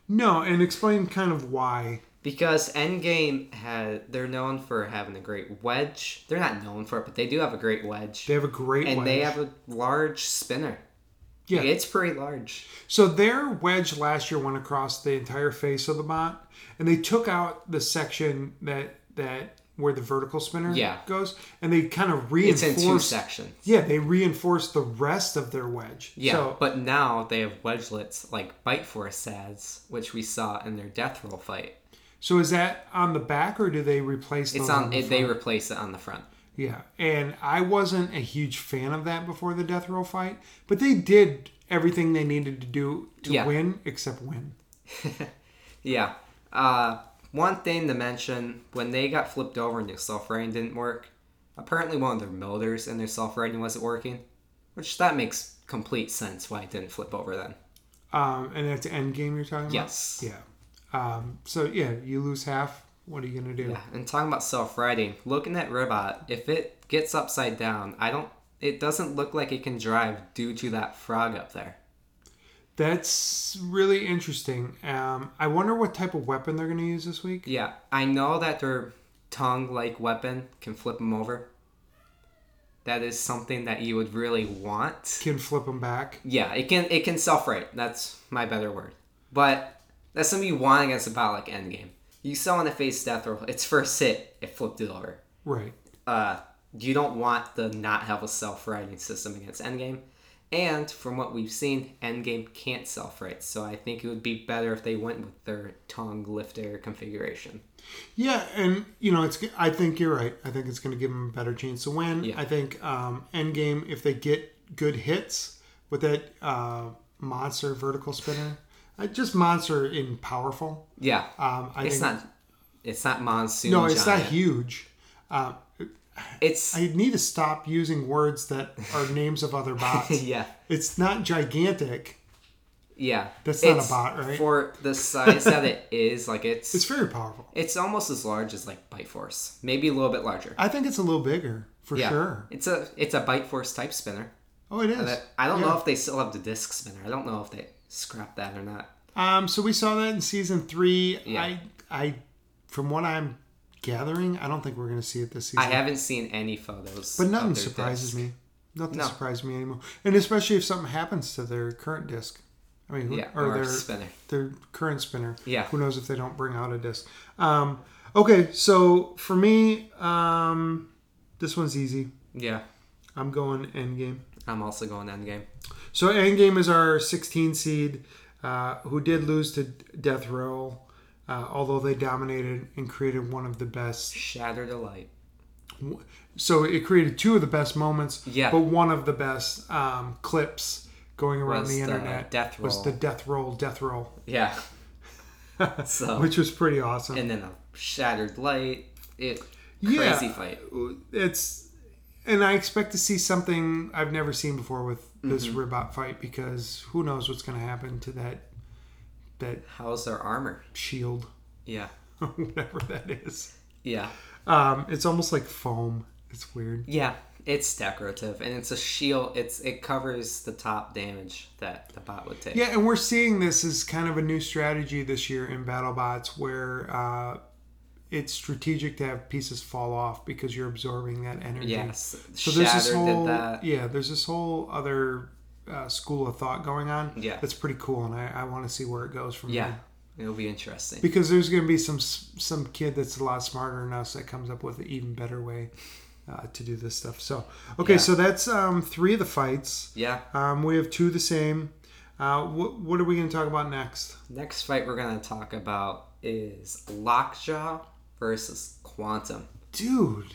Speaker 1: No, and explain kind of why.
Speaker 2: Because Endgame had they're known for having a great wedge. They're not known for it, but they do have a great wedge.
Speaker 1: They have a great
Speaker 2: and
Speaker 1: wedge.
Speaker 2: they have a large spinner.
Speaker 1: Yeah.
Speaker 2: It's pretty large.
Speaker 1: So their wedge last year went across the entire face of the bot, and they took out the section that that where the vertical spinner
Speaker 2: Yeah.
Speaker 1: goes, and they kind of
Speaker 2: It's in two
Speaker 1: reinforced.
Speaker 2: sections.
Speaker 1: yeah, they reinforced the rest of their wedge.
Speaker 2: Yeah,
Speaker 1: So,
Speaker 2: but now they have wedgelets like Bite Force ads, which we saw in their death roll fight.
Speaker 1: so is that on the back, or do they replace?
Speaker 2: It's
Speaker 1: those
Speaker 2: on.
Speaker 1: Oh, the
Speaker 2: It, they
Speaker 1: front?
Speaker 2: replace it on the front.
Speaker 1: Yeah, and I wasn't a huge fan of that before the death row fight, but they did everything they needed to do to
Speaker 2: Yeah.
Speaker 1: win, except win.
Speaker 2: Yeah. Uh, one thing to mention when they got flipped over and their self rain didn't work, apparently one of their motors and their self rain wasn't working, which that makes complete sense why it didn't flip over then.
Speaker 1: Um, and that's end game you're talking
Speaker 2: Yes.
Speaker 1: about. Yeah. Um, so yeah, you lose half. What are you gonna do?
Speaker 2: Yeah, and talking about self-riding, looking at Ribot, if it gets upside down, I don't. It doesn't look like it can drive due to that frog up there.
Speaker 1: That's really interesting. Um, I wonder what type of weapon they're gonna use this week.
Speaker 2: Yeah, I know that their tongue-like weapon can flip them over. That is something that you would really want.
Speaker 1: Can flip them back.
Speaker 2: Yeah, it can. It can self-right. That's my better word. But that's something you want against a bot like Endgame. You saw in the face death roll. Its first hit, it flipped it over.
Speaker 1: Right.
Speaker 2: uh, you don't want the not have a self writing system against Endgame. And from what we've seen, Endgame can't self write, so I think it would be better if they went with their tongue lifter configuration.
Speaker 1: Yeah, and you know, it's. I think you're right. I think it's going to give them a better chance to win.
Speaker 2: Yeah.
Speaker 1: I think um, Endgame, if they get good hits with that uh, monster vertical spinner, uh, just monster in powerful.
Speaker 2: Yeah,
Speaker 1: Um, I
Speaker 2: it's
Speaker 1: think,
Speaker 2: not, it's not monsoon.
Speaker 1: No, it's
Speaker 2: giant.
Speaker 1: not huge. Um,
Speaker 2: It's
Speaker 1: I need to stop using words that are names of other
Speaker 2: <laughs>
Speaker 1: bots.
Speaker 2: yeah,
Speaker 1: It's not gigantic.
Speaker 2: yeah.
Speaker 1: That's not a
Speaker 2: It's-
Speaker 1: bot, right?
Speaker 2: For the size
Speaker 1: <laughs>
Speaker 2: that it is, like it's
Speaker 1: It's
Speaker 2: it's,
Speaker 1: very powerful.
Speaker 2: almost as large as like Bite Force, maybe a little bit larger.
Speaker 1: I think it's a little bigger for
Speaker 2: yeah,
Speaker 1: sure.
Speaker 2: it's a it's a Bite Force type spinner.
Speaker 1: Oh, it is.
Speaker 2: That- I don't
Speaker 1: Yeah.
Speaker 2: know if they still have the disc spinner. I don't know if they scrapped that or not.
Speaker 1: Um, so we saw that in season three.
Speaker 2: Yeah.
Speaker 1: I, I, from what I'm gathering, I don't think we're going to see it this season.
Speaker 2: I haven't seen any photos.
Speaker 1: but
Speaker 2: of
Speaker 1: nothing
Speaker 2: their
Speaker 1: surprises
Speaker 2: disc.
Speaker 1: me. Nothing
Speaker 2: No.
Speaker 1: surprised me anymore. And especially if something happens to their current disc. I mean, who-
Speaker 2: Yeah,
Speaker 1: or,
Speaker 2: or
Speaker 1: their
Speaker 2: spinner.
Speaker 1: their current spinner.
Speaker 2: Yeah.
Speaker 1: Who knows if they don't bring out a disc? Um, okay, so for me, um, this one's easy.
Speaker 2: Yeah,
Speaker 1: I'm going Endgame.
Speaker 2: I'm also going Endgame.
Speaker 1: So Endgame is our 16 seed, uh, who did lose to Death Row, uh, although they dominated and created one of the best.
Speaker 2: Shatter the light.
Speaker 1: So it created two of the best moments,
Speaker 2: Yeah.
Speaker 1: but one of the best um, clips going around
Speaker 2: Was
Speaker 1: the
Speaker 2: the
Speaker 1: internet
Speaker 2: death
Speaker 1: was
Speaker 2: roll.
Speaker 1: the Death Roll, Death Roll, <laughs>
Speaker 2: Yeah. so
Speaker 1: which was pretty awesome.
Speaker 2: Oh. and then a shattered light. It
Speaker 1: Yeah.
Speaker 2: crazy fight.
Speaker 1: it's and I expect to see something I've never seen before with this
Speaker 2: Mm-hmm.
Speaker 1: ribot fight because who knows what's going to happen to that that
Speaker 2: How's their armor?
Speaker 1: shield <laughs>
Speaker 2: Yeah.
Speaker 1: or whatever that is.
Speaker 2: Yeah.
Speaker 1: Um, it's almost like foam. It's weird.
Speaker 2: Yeah. It's decorative and it's a shield. It's it covers the top damage that the bot would take.
Speaker 1: Yeah, and we're seeing this as kind of a new strategy this year in BattleBots where uh, it's strategic to have pieces fall off because you're absorbing that energy.
Speaker 2: Yes.
Speaker 1: So there's this
Speaker 2: Shattered
Speaker 1: whole
Speaker 2: did that.
Speaker 1: yeah, there's this whole other uh, school of thought going on.
Speaker 2: Yeah.
Speaker 1: that's pretty cool, and I, I want to see where it goes from
Speaker 2: Yeah.
Speaker 1: there.
Speaker 2: It'll be interesting.
Speaker 1: Because there's going to be some s- some kid that's a lot smarter than us that comes up with an even better way uh, to do this stuff. So okay,
Speaker 2: Yeah.
Speaker 1: so that's um, three of the fights.
Speaker 2: yeah.
Speaker 1: Um, we have two the same. Uh, what what are we going to talk about next?
Speaker 2: Next fight we're gonna talk about is Lockjaw versus Quantum.
Speaker 1: dude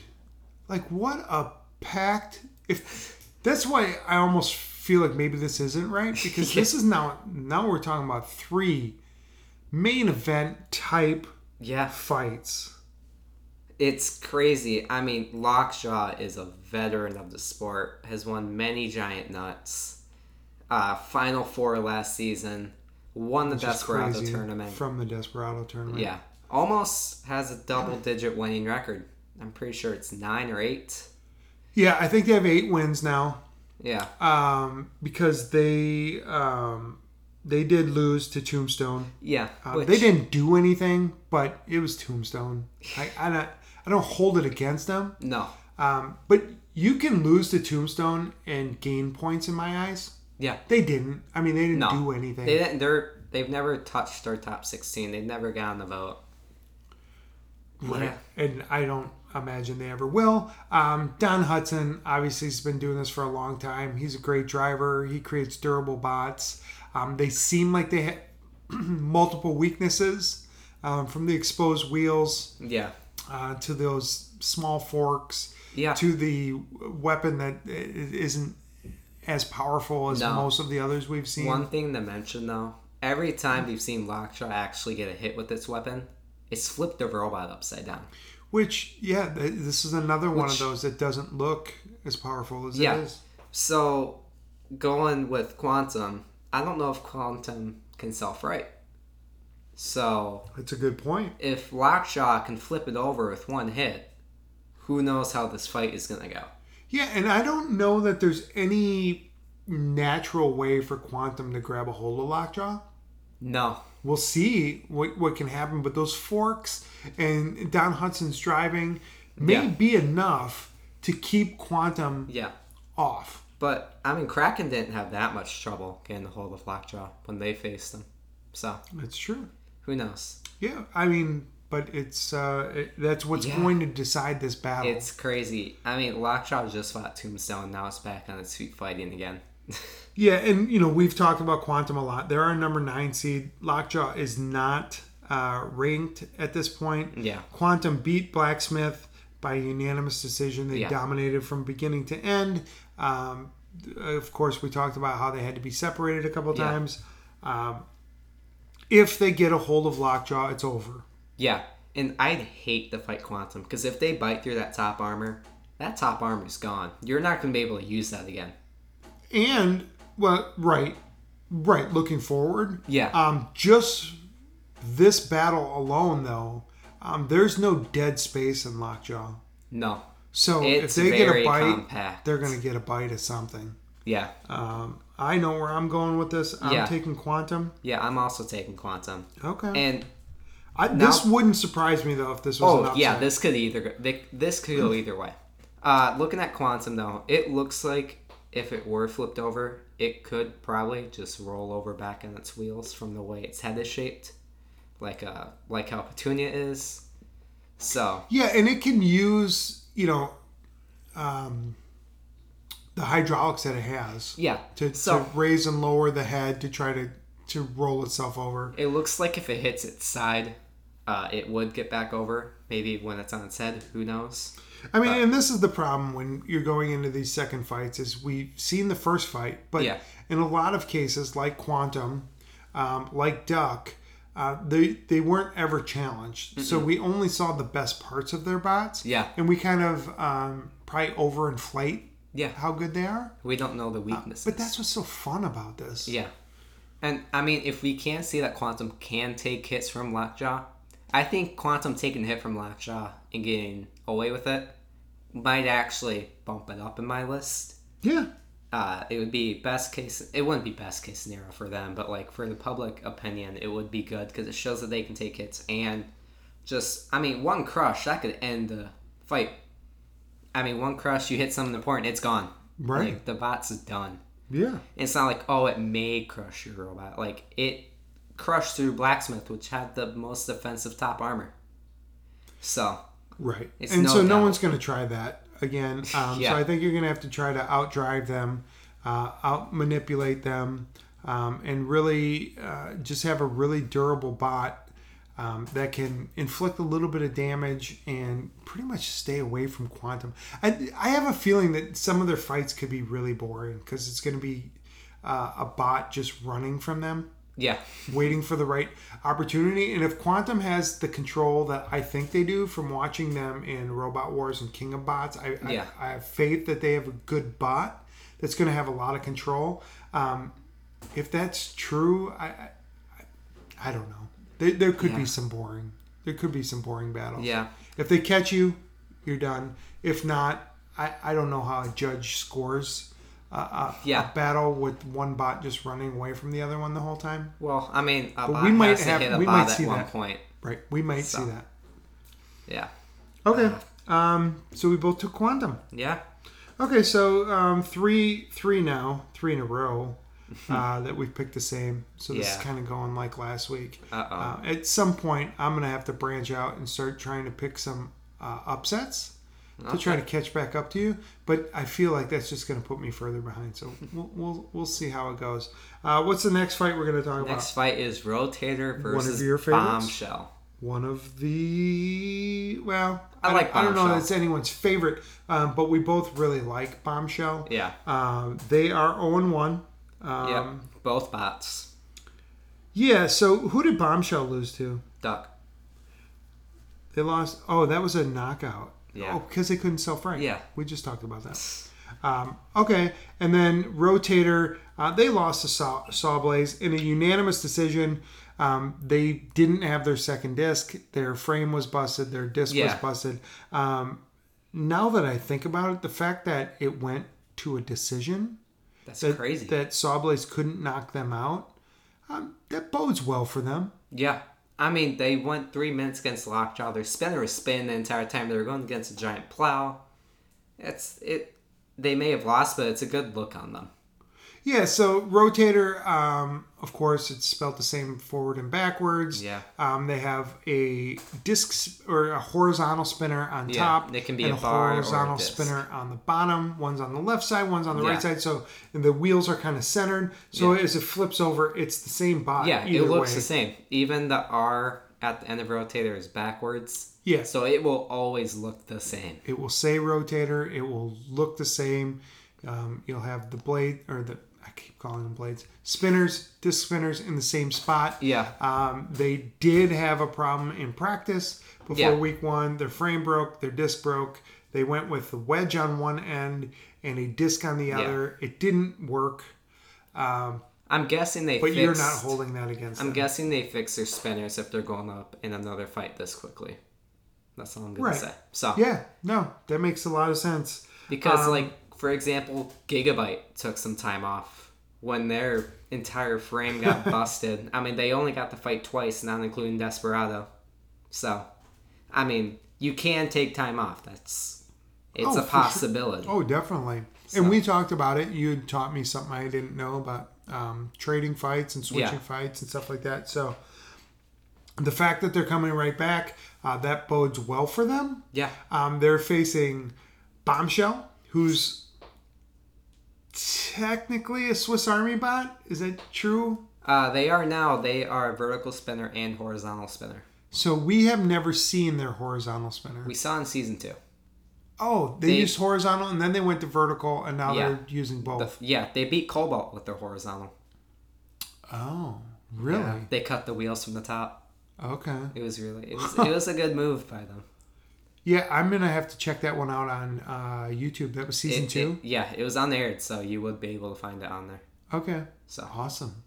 Speaker 1: like what a packed if that's why i almost feel like maybe this isn't right
Speaker 2: <laughs>
Speaker 1: because this is now now we're talking about three main event type
Speaker 2: Yeah.
Speaker 1: fights
Speaker 2: It's crazy. I mean, Lockjaw is a veteran of the sport, has won many giant nuts. Uh, Final four last season, won the
Speaker 1: Just
Speaker 2: Desperado
Speaker 1: crazy
Speaker 2: tournament.
Speaker 1: from the desperado tournament
Speaker 2: yeah, almost has a double-digit winning record. I'm pretty sure it's nine or eight.
Speaker 1: yeah i think they have eight wins now
Speaker 2: Yeah,
Speaker 1: um because they um they did lose to tombstone
Speaker 2: yeah.
Speaker 1: Uh,
Speaker 2: which-
Speaker 1: they didn't do anything but it was tombstone i i don't i don't hold it against them
Speaker 2: No.
Speaker 1: Um, but you can lose to Tombstone and gain points in my eyes.
Speaker 2: Yeah,
Speaker 1: They didn't. I mean, they didn't
Speaker 2: No.
Speaker 1: do anything.
Speaker 2: they didn't. They're they've never touched their top 16. They've never gotten the vote.
Speaker 1: right.
Speaker 2: Yeah.
Speaker 1: And I don't imagine they ever will. Um, Don Hudson obviously has been doing this for a long time. He's a great driver. He creates durable bots. Um, they seem like they have <clears throat> multiple weaknesses um, from the exposed wheels
Speaker 2: Yeah,
Speaker 1: uh, to those small forks.
Speaker 2: yeah.
Speaker 1: to the weapon that i- isn't as powerful as
Speaker 2: No.
Speaker 1: most of the others we've seen.
Speaker 2: One thing to mention though, every time we've seen Lockjaw actually get a hit with its weapon, it's flipped the robot upside down.
Speaker 1: Which, yeah, th- this is another one of
Speaker 2: Which-
Speaker 1: those that doesn't look as powerful as
Speaker 2: Yeah.
Speaker 1: it is.
Speaker 2: So going with Quantum, I don't know if Quantum can self right. So
Speaker 1: That's a good point.
Speaker 2: if Lockjaw can flip it over with one hit, who knows how this fight is gonna go?
Speaker 1: Yeah, and I don't know that there's any natural way for Quantum to grab a hold of Lockjaw.
Speaker 2: No.
Speaker 1: We'll see what, what can happen, but those forks and Don Hudson's driving may
Speaker 2: Yeah.
Speaker 1: be enough to keep Quantum
Speaker 2: Yeah.
Speaker 1: off.
Speaker 2: But I mean Kraken didn't have that much trouble getting a hold of Lockjaw when they faced him. So
Speaker 1: That's true.
Speaker 2: who knows?
Speaker 1: Yeah, I mean, but it's uh, it, that's what's
Speaker 2: Yeah.
Speaker 1: going to decide this battle.
Speaker 2: It's crazy. I mean, Lockjaw just fought Tombstone. Now it's back on its feet fighting again. <laughs>
Speaker 1: yeah, and you know we've talked about Quantum a lot. They're our number nine seed. Lockjaw is not uh, ranked at this point.
Speaker 2: Yeah.
Speaker 1: Quantum beat Blacksmith by unanimous decision. They
Speaker 2: Yeah.
Speaker 1: dominated from beginning to end. Um, of course, we talked about how they had to be separated a couple
Speaker 2: Yeah.
Speaker 1: times. Um, if they get a hold of Lockjaw, it's over.
Speaker 2: yeah, and I'd hate to fight Quantum because if they bite through that top armor, that top armor's gone. You're not going to be able to use that again.
Speaker 1: And well, right, right. Looking forward,
Speaker 2: Yeah.
Speaker 1: Um, just this battle alone, though, um, there's no dead space in Lockjaw.
Speaker 2: no.
Speaker 1: So
Speaker 2: It's
Speaker 1: if they get
Speaker 2: very
Speaker 1: a bite,
Speaker 2: compact.
Speaker 1: they're going to get a bite of something.
Speaker 2: Yeah.
Speaker 1: Um, I know where I'm going with this. I'm
Speaker 2: Yeah.
Speaker 1: taking Quantum.
Speaker 2: Yeah, I'm also taking Quantum.
Speaker 1: Okay.
Speaker 2: And
Speaker 1: I, this wouldn't surprise me though if this was an
Speaker 2: oh
Speaker 1: upset.
Speaker 2: yeah, this could either go- they, this could go either way. Uh, looking at Quantum though, it looks like if it were flipped over, it could probably just roll over back on its wheels from the way its head is shaped, like uh like how Petunia is. So
Speaker 1: Yeah, and it can use, you know, um, the hydraulics that it has
Speaker 2: yeah,
Speaker 1: to,
Speaker 2: so
Speaker 1: to raise and lower the head to try to, to roll itself over.
Speaker 2: it looks like if it hits its side, uh, it would get back over. Maybe when it's on its head, who knows?
Speaker 1: I mean, and this is the problem when you're going into these second fights is we've seen the first fight, but
Speaker 2: Yeah.
Speaker 1: in a lot of cases, like Quantum, um, like Duck, uh, they they weren't ever challenged, so we only saw the best parts of their bots.
Speaker 2: Yeah.
Speaker 1: and we kind of um, probably overinflate
Speaker 2: Yeah,
Speaker 1: how good they are.
Speaker 2: we don't know the weaknesses.
Speaker 1: But that's what's so fun about this.
Speaker 2: Yeah. And I mean, if we can see that Quantum can take hits from Lockjaw, I think Quantum taking a hit from Lockjaw and getting away with it might actually bump it up in my list.
Speaker 1: Yeah.
Speaker 2: Uh, it would be best case. It wouldn't be best case scenario for them, but like for the public opinion, it would be good because it shows that they can take hits and just. I mean, one crush that could end the fight. I mean, one crush, you hit something important, it's gone.
Speaker 1: Right.
Speaker 2: Like, the bot's is done.
Speaker 1: Yeah.
Speaker 2: It's not like oh, it may crush your robot. Like it crushed through blacksmith, which had the most defensive top armor. So
Speaker 1: Right.
Speaker 2: It's
Speaker 1: and
Speaker 2: no
Speaker 1: so no
Speaker 2: doubt.
Speaker 1: one's going to try that
Speaker 2: <laughs>
Speaker 1: again. Um,
Speaker 2: Yeah.
Speaker 1: So I think you're going to have to try to outdrive them, uh, out manipulate them, um, and really uh, just have a really durable bot um, that can inflict a little bit of damage and pretty much stay away from quantum. I, I have a feeling that some of their fights could be really boring because it's going to be uh, a bot just running from them
Speaker 2: yeah,
Speaker 1: waiting for the right opportunity. And if Quantum has the control that I think they do from watching them in Robot Wars and King of Bots, I,
Speaker 2: Yeah.
Speaker 1: I, I have faith that they have a good bot that's going to have a lot of control. Um, if that's true, I, I, I don't know. There, there could be
Speaker 2: Yeah.
Speaker 1: some boring. There could be some boring battles.
Speaker 2: yeah,
Speaker 1: If they catch you, you're done. If not, I, I don't know how a judge scores a, a,
Speaker 2: Yeah.
Speaker 1: a battle with one bot just running away from the other one the whole time.
Speaker 2: well, I mean, a bot
Speaker 1: we might
Speaker 2: has to
Speaker 1: have-
Speaker 2: hit a
Speaker 1: we might
Speaker 2: bot at
Speaker 1: see
Speaker 2: one
Speaker 1: that.
Speaker 2: point.
Speaker 1: Right. We might
Speaker 2: So.
Speaker 1: see that.
Speaker 2: Yeah,
Speaker 1: Okay. Um, so we both took quantum.
Speaker 2: yeah,
Speaker 1: Okay, so um, three three now, three in a row uh, that we've picked the same. So this
Speaker 2: Yeah.
Speaker 1: is kind of going like last week.
Speaker 2: Uh-oh.
Speaker 1: Uh, at some point, I'm gonna have to branch out and start trying to pick some uh, upsets to try to catch back up to you. But I feel like that's just gonna put me further behind. So we'll we'll, we'll see how it goes. Uh, what's the next fight we're gonna talk
Speaker 2: Next fight is Rotator
Speaker 1: of
Speaker 2: versus
Speaker 1: your favorites?
Speaker 2: Bombshell.
Speaker 1: one of the well
Speaker 2: I
Speaker 1: I,
Speaker 2: like
Speaker 1: like I don't know
Speaker 2: Bombshell.
Speaker 1: if it's anyone's favorite um, but we both really like Bombshell
Speaker 2: Yeah,
Speaker 1: um, they are 0 and 1 um,
Speaker 2: yeah, both bots.
Speaker 1: yeah so who did Bombshell lose to
Speaker 2: Duck.
Speaker 1: they lost oh that was a knockout
Speaker 2: Yeah.
Speaker 1: oh because they couldn't self right
Speaker 2: Yeah.
Speaker 1: we just talked about
Speaker 2: <laughs>
Speaker 1: that um, okay and then Rotator uh, they lost to Saw, Sawblaze in a unanimous decision um, they didn't have their second disc their frame was busted their disc was
Speaker 2: Yeah.
Speaker 1: busted um, now that I think about it, the fact that it went to a decision
Speaker 2: That's
Speaker 1: that,
Speaker 2: crazy.
Speaker 1: that Sawblaze couldn't knock them out, um, that bodes well for them.
Speaker 2: Yeah. I mean, they went three minutes against Lockjaw. Their spinner was spinning the entire time. They were going against a giant plow. It's it. They may have lost, but it's a good look on them.
Speaker 1: Yeah, so Rotator, um, of course, it's spelled the same forward and backwards.
Speaker 2: Yeah.
Speaker 1: Um, they have a disc s- or a horizontal spinner on
Speaker 2: Yeah,
Speaker 1: top.
Speaker 2: it can be
Speaker 1: and
Speaker 2: a bar or a
Speaker 1: horizontal
Speaker 2: disc.
Speaker 1: spinner on the bottom. One's on the left side, one's on the
Speaker 2: Yeah.
Speaker 1: right side. So and the wheels are kind of centered. So
Speaker 2: Yeah.
Speaker 1: as it flips over, it's the same bot.
Speaker 2: Yeah, it
Speaker 1: either
Speaker 2: looks
Speaker 1: way.
Speaker 2: the same. Even the R at the end of rotator is backwards.
Speaker 1: Yeah.
Speaker 2: So it will always look the same.
Speaker 1: It will say rotator. It will look the same. Um, you'll have the blade or the I keep calling them blades, spinners, disc spinners in the same spot.
Speaker 2: Yeah.
Speaker 1: Um, they did have a problem in practice before
Speaker 2: Yeah.
Speaker 1: week one. Their frame broke. Their disc broke. They went with the wedge on one end and a disc on the other. It didn't work.
Speaker 2: I'm guessing they.
Speaker 1: But
Speaker 2: fixed,
Speaker 1: you're not holding that against
Speaker 2: I'm
Speaker 1: them.
Speaker 2: guessing they fix their spinners if they're going up in another fight this quickly. That's all I'm gonna
Speaker 1: Right.
Speaker 2: say. So
Speaker 1: yeah. No, that makes a lot of sense.
Speaker 2: Because,
Speaker 1: Um,
Speaker 2: like, for example, Gigabyte took some time off when their entire
Speaker 1: <laughs>
Speaker 2: frame got busted. I mean, they only got to fight twice, not including Desperado. So, I mean, you can take time off. That's it's
Speaker 1: Oh, for
Speaker 2: a
Speaker 1: sure.
Speaker 2: possibility.
Speaker 1: Oh, definitely. And we talked about it. You had taught me something I didn't know about um, trading fights and switching
Speaker 2: Yeah.
Speaker 1: fights and stuff like that. So the fact that they're coming right back, uh, that bodes well for them.
Speaker 2: Yeah.
Speaker 1: Um, they're facing Bombshell, who's technically a Swiss Army bot. Is that true?
Speaker 2: Uh, they are now. They are vertical spinner and horizontal spinner.
Speaker 1: So we have never seen their horizontal spinner.
Speaker 2: We saw in season two.
Speaker 1: oh, they,
Speaker 2: They-
Speaker 1: used horizontal and then they went to vertical, and now
Speaker 2: Yeah.
Speaker 1: they're using both.
Speaker 2: The, f- yeah, they beat Cobalt with their horizontal.
Speaker 1: oh, really?
Speaker 2: Yeah, they cut the wheels from the top.
Speaker 1: Okay.
Speaker 2: It was really. It was,
Speaker 1: <laughs>
Speaker 2: it was a good move by them.
Speaker 1: Yeah, I'm gonna have to check that one out on uh, YouTube. That was season
Speaker 2: It-
Speaker 1: two.
Speaker 2: it- yeah, it was unaired, so you would be able to find it on there.
Speaker 1: okay,
Speaker 2: So
Speaker 1: awesome.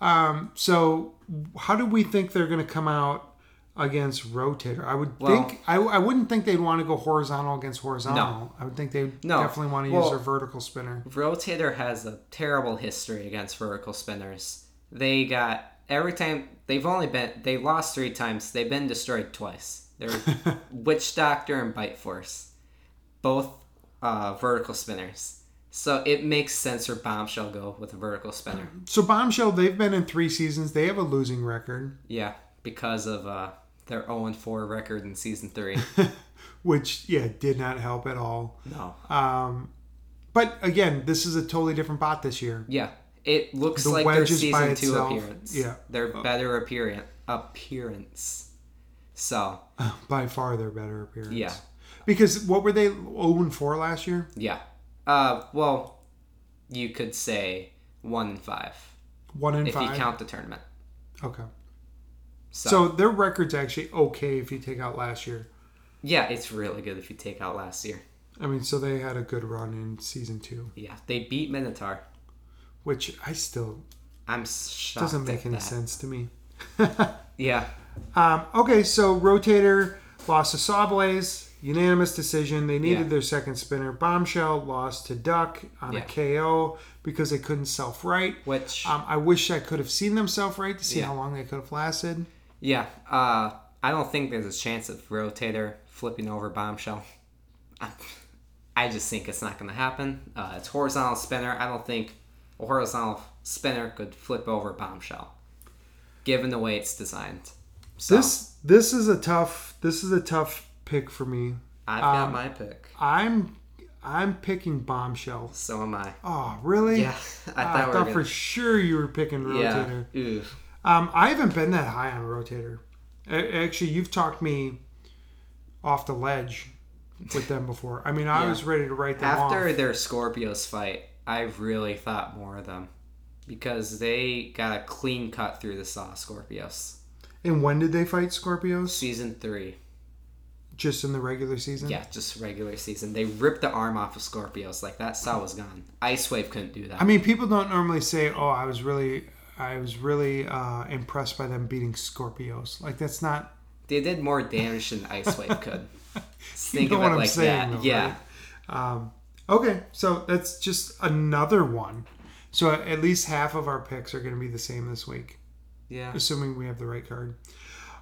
Speaker 1: Um, so, how do we think they're gonna come out against Rotator? I would
Speaker 2: Well-
Speaker 1: think I, I wouldn't think they'd want to go horizontal against horizontal. I would think they would
Speaker 2: No.
Speaker 1: definitely want to use
Speaker 2: Well-
Speaker 1: their vertical spinner.
Speaker 2: Rotator has a terrible history against vertical spinners. They got every time they've only been they lost three times. They've been destroyed twice.
Speaker 1: <laughs>
Speaker 2: They're Witch Doctor and Bite Force, both uh, vertical spinners. So it makes sense for Bombshell go with a vertical spinner.
Speaker 1: So Bombshell, they've been in three seasons. They have a losing record,
Speaker 2: Yeah, because of uh, their 0 4 record in season
Speaker 1: <laughs>
Speaker 2: three.
Speaker 1: which yeah did not help at all.
Speaker 2: no.
Speaker 1: Um, but again, this is a totally different bot this
Speaker 2: <laughs>
Speaker 1: year.
Speaker 2: Yeah, it looks
Speaker 1: The
Speaker 2: like their
Speaker 1: wedge is by
Speaker 2: season two
Speaker 1: itself,
Speaker 2: appearance.
Speaker 1: yeah.
Speaker 2: their better appearance. Appearance. So
Speaker 1: By far, their better appearance.
Speaker 2: yeah,
Speaker 1: Because what were they 0 and 4 last year?
Speaker 2: yeah. Uh, well, you could say one and five
Speaker 1: 1 and
Speaker 2: if
Speaker 1: 5.
Speaker 2: you count the tournament.
Speaker 1: okay.
Speaker 2: So,
Speaker 1: So. their record's actually okay if you take out last year.
Speaker 2: yeah, it's really good if you take out last year.
Speaker 1: I mean, so they had a good run in season 2,
Speaker 2: Yeah, they beat Minotaur.
Speaker 1: which I still
Speaker 2: I'm s- shocked.
Speaker 1: doesn't make
Speaker 2: at
Speaker 1: any
Speaker 2: that.
Speaker 1: sense to me.
Speaker 2: Yeah,
Speaker 1: Um, okay, so Rotator lost to Sawblaze, unanimous decision. They needed
Speaker 2: Yeah.
Speaker 1: their second spinner. Bombshell lost to Duck on
Speaker 2: Yeah.
Speaker 1: a KO because they couldn't self right.
Speaker 2: which
Speaker 1: Um, I wish I could have seen them self right to see
Speaker 2: Yeah.
Speaker 1: how long they could have lasted.
Speaker 2: yeah, uh, I don't think there's a chance of Rotator flipping over Bombshell. <laughs> I just think it's not going to happen. Uh, it's horizontal spinner. I don't think a horizontal spinner could flip over bombshell, given the way it's designed. So
Speaker 1: This this is a tough this is a tough pick for me.
Speaker 2: I've
Speaker 1: um,
Speaker 2: got my pick.
Speaker 1: I'm I'm picking bombshells.
Speaker 2: So am I.
Speaker 1: Oh, really?
Speaker 2: Yeah, <laughs> I
Speaker 1: I
Speaker 2: thought,
Speaker 1: thought,
Speaker 2: we were
Speaker 1: for
Speaker 2: gonna,
Speaker 1: sure you were picking
Speaker 2: yeah.
Speaker 1: rotator.
Speaker 2: Ooh.
Speaker 1: Um, I haven't been that high on rotator. A- Actually, you've talked me off the ledge with them before. I mean, I
Speaker 2: <laughs> Yeah.
Speaker 1: was ready to write them
Speaker 2: After
Speaker 1: off.
Speaker 2: their Scorpios fight, I really thought more of them because they got a clean cut through the saw Scorpios.
Speaker 1: And when did they fight Scorpios?
Speaker 2: Season three,
Speaker 1: Just in the regular season.
Speaker 2: yeah, just regular season. They ripped the arm off of Scorpios like that saw was gone. Ice Wave couldn't do that.
Speaker 1: I mean, people don't normally say, "Oh, I was really, I was really uh, impressed by them beating Scorpios." Like that's not
Speaker 2: They did more damage than Ice
Speaker 1: <laughs>
Speaker 2: Wave could. Think
Speaker 1: know
Speaker 2: of
Speaker 1: what
Speaker 2: it
Speaker 1: I'm
Speaker 2: like
Speaker 1: saying,
Speaker 2: that.
Speaker 1: though,
Speaker 2: yeah.
Speaker 1: right? Okay, so that's just another one. So at least half of our picks are going to be the same this week,
Speaker 2: Yeah.
Speaker 1: assuming we have the right card.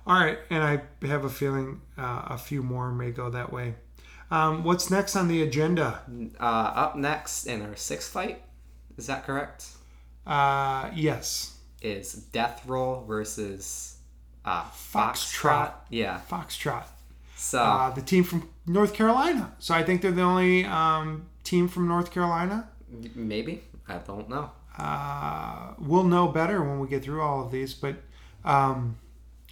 Speaker 1: All right, and I have a feeling uh, a few more may go that way. Um, what's next on the agenda?
Speaker 2: Uh, up next in our sixth fight, is that correct?
Speaker 1: Uh, yes,
Speaker 2: Is Death Roll versus uh,
Speaker 1: Foxtrot.
Speaker 2: Foxtrot. Yeah.
Speaker 1: Foxtrot,
Speaker 2: So,
Speaker 1: uh, the team from North Carolina. So I think they're the only um, team from North Carolina.
Speaker 2: maybe. I don't know.
Speaker 1: uh, we'll know better when we get through all of these, but um,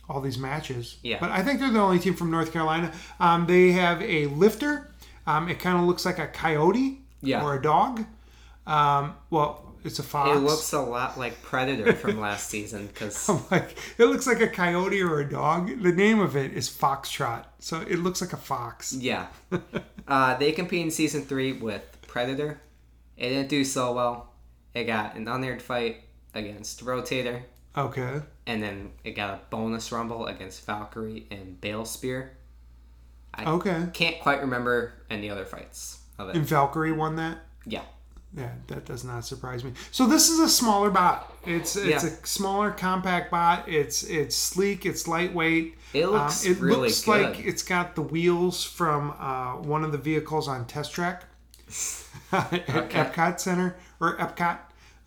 Speaker 1: all these matches.
Speaker 2: Yeah.
Speaker 1: But I think they're the only team from North Carolina. Um, they have a lifter. Um, it kind of looks like a coyote
Speaker 2: Yeah.
Speaker 1: or a dog. Um, well, it's a fox.
Speaker 2: It looks a lot like Predator from last season
Speaker 1: <laughs>
Speaker 2: because
Speaker 1: I'm like it looks like a coyote or a dog. The name of it is Foxtrot, so it looks like a fox.
Speaker 2: Yeah. uh, they compete in season three with Predator. It didn't do so well. It got an unaired fight against Rotator,
Speaker 1: Okay.
Speaker 2: and then it got a bonus rumble against Valkyrie and Bale Spear.
Speaker 1: Okay.
Speaker 2: Can't quite remember any other fights of it.
Speaker 1: And Valkyrie won that.
Speaker 2: Yeah.
Speaker 1: Yeah, that does not surprise me. So this is a smaller bot. It's it's
Speaker 2: Yeah.
Speaker 1: a smaller, compact bot. It's it's sleek. It's lightweight.
Speaker 2: It
Speaker 1: Um,
Speaker 2: looks really
Speaker 1: looks
Speaker 2: good.
Speaker 1: like it's got the wheels from uh, one of the vehicles on Test Track. <laughs> at
Speaker 2: Okay.
Speaker 1: Epcot Center or Epcot.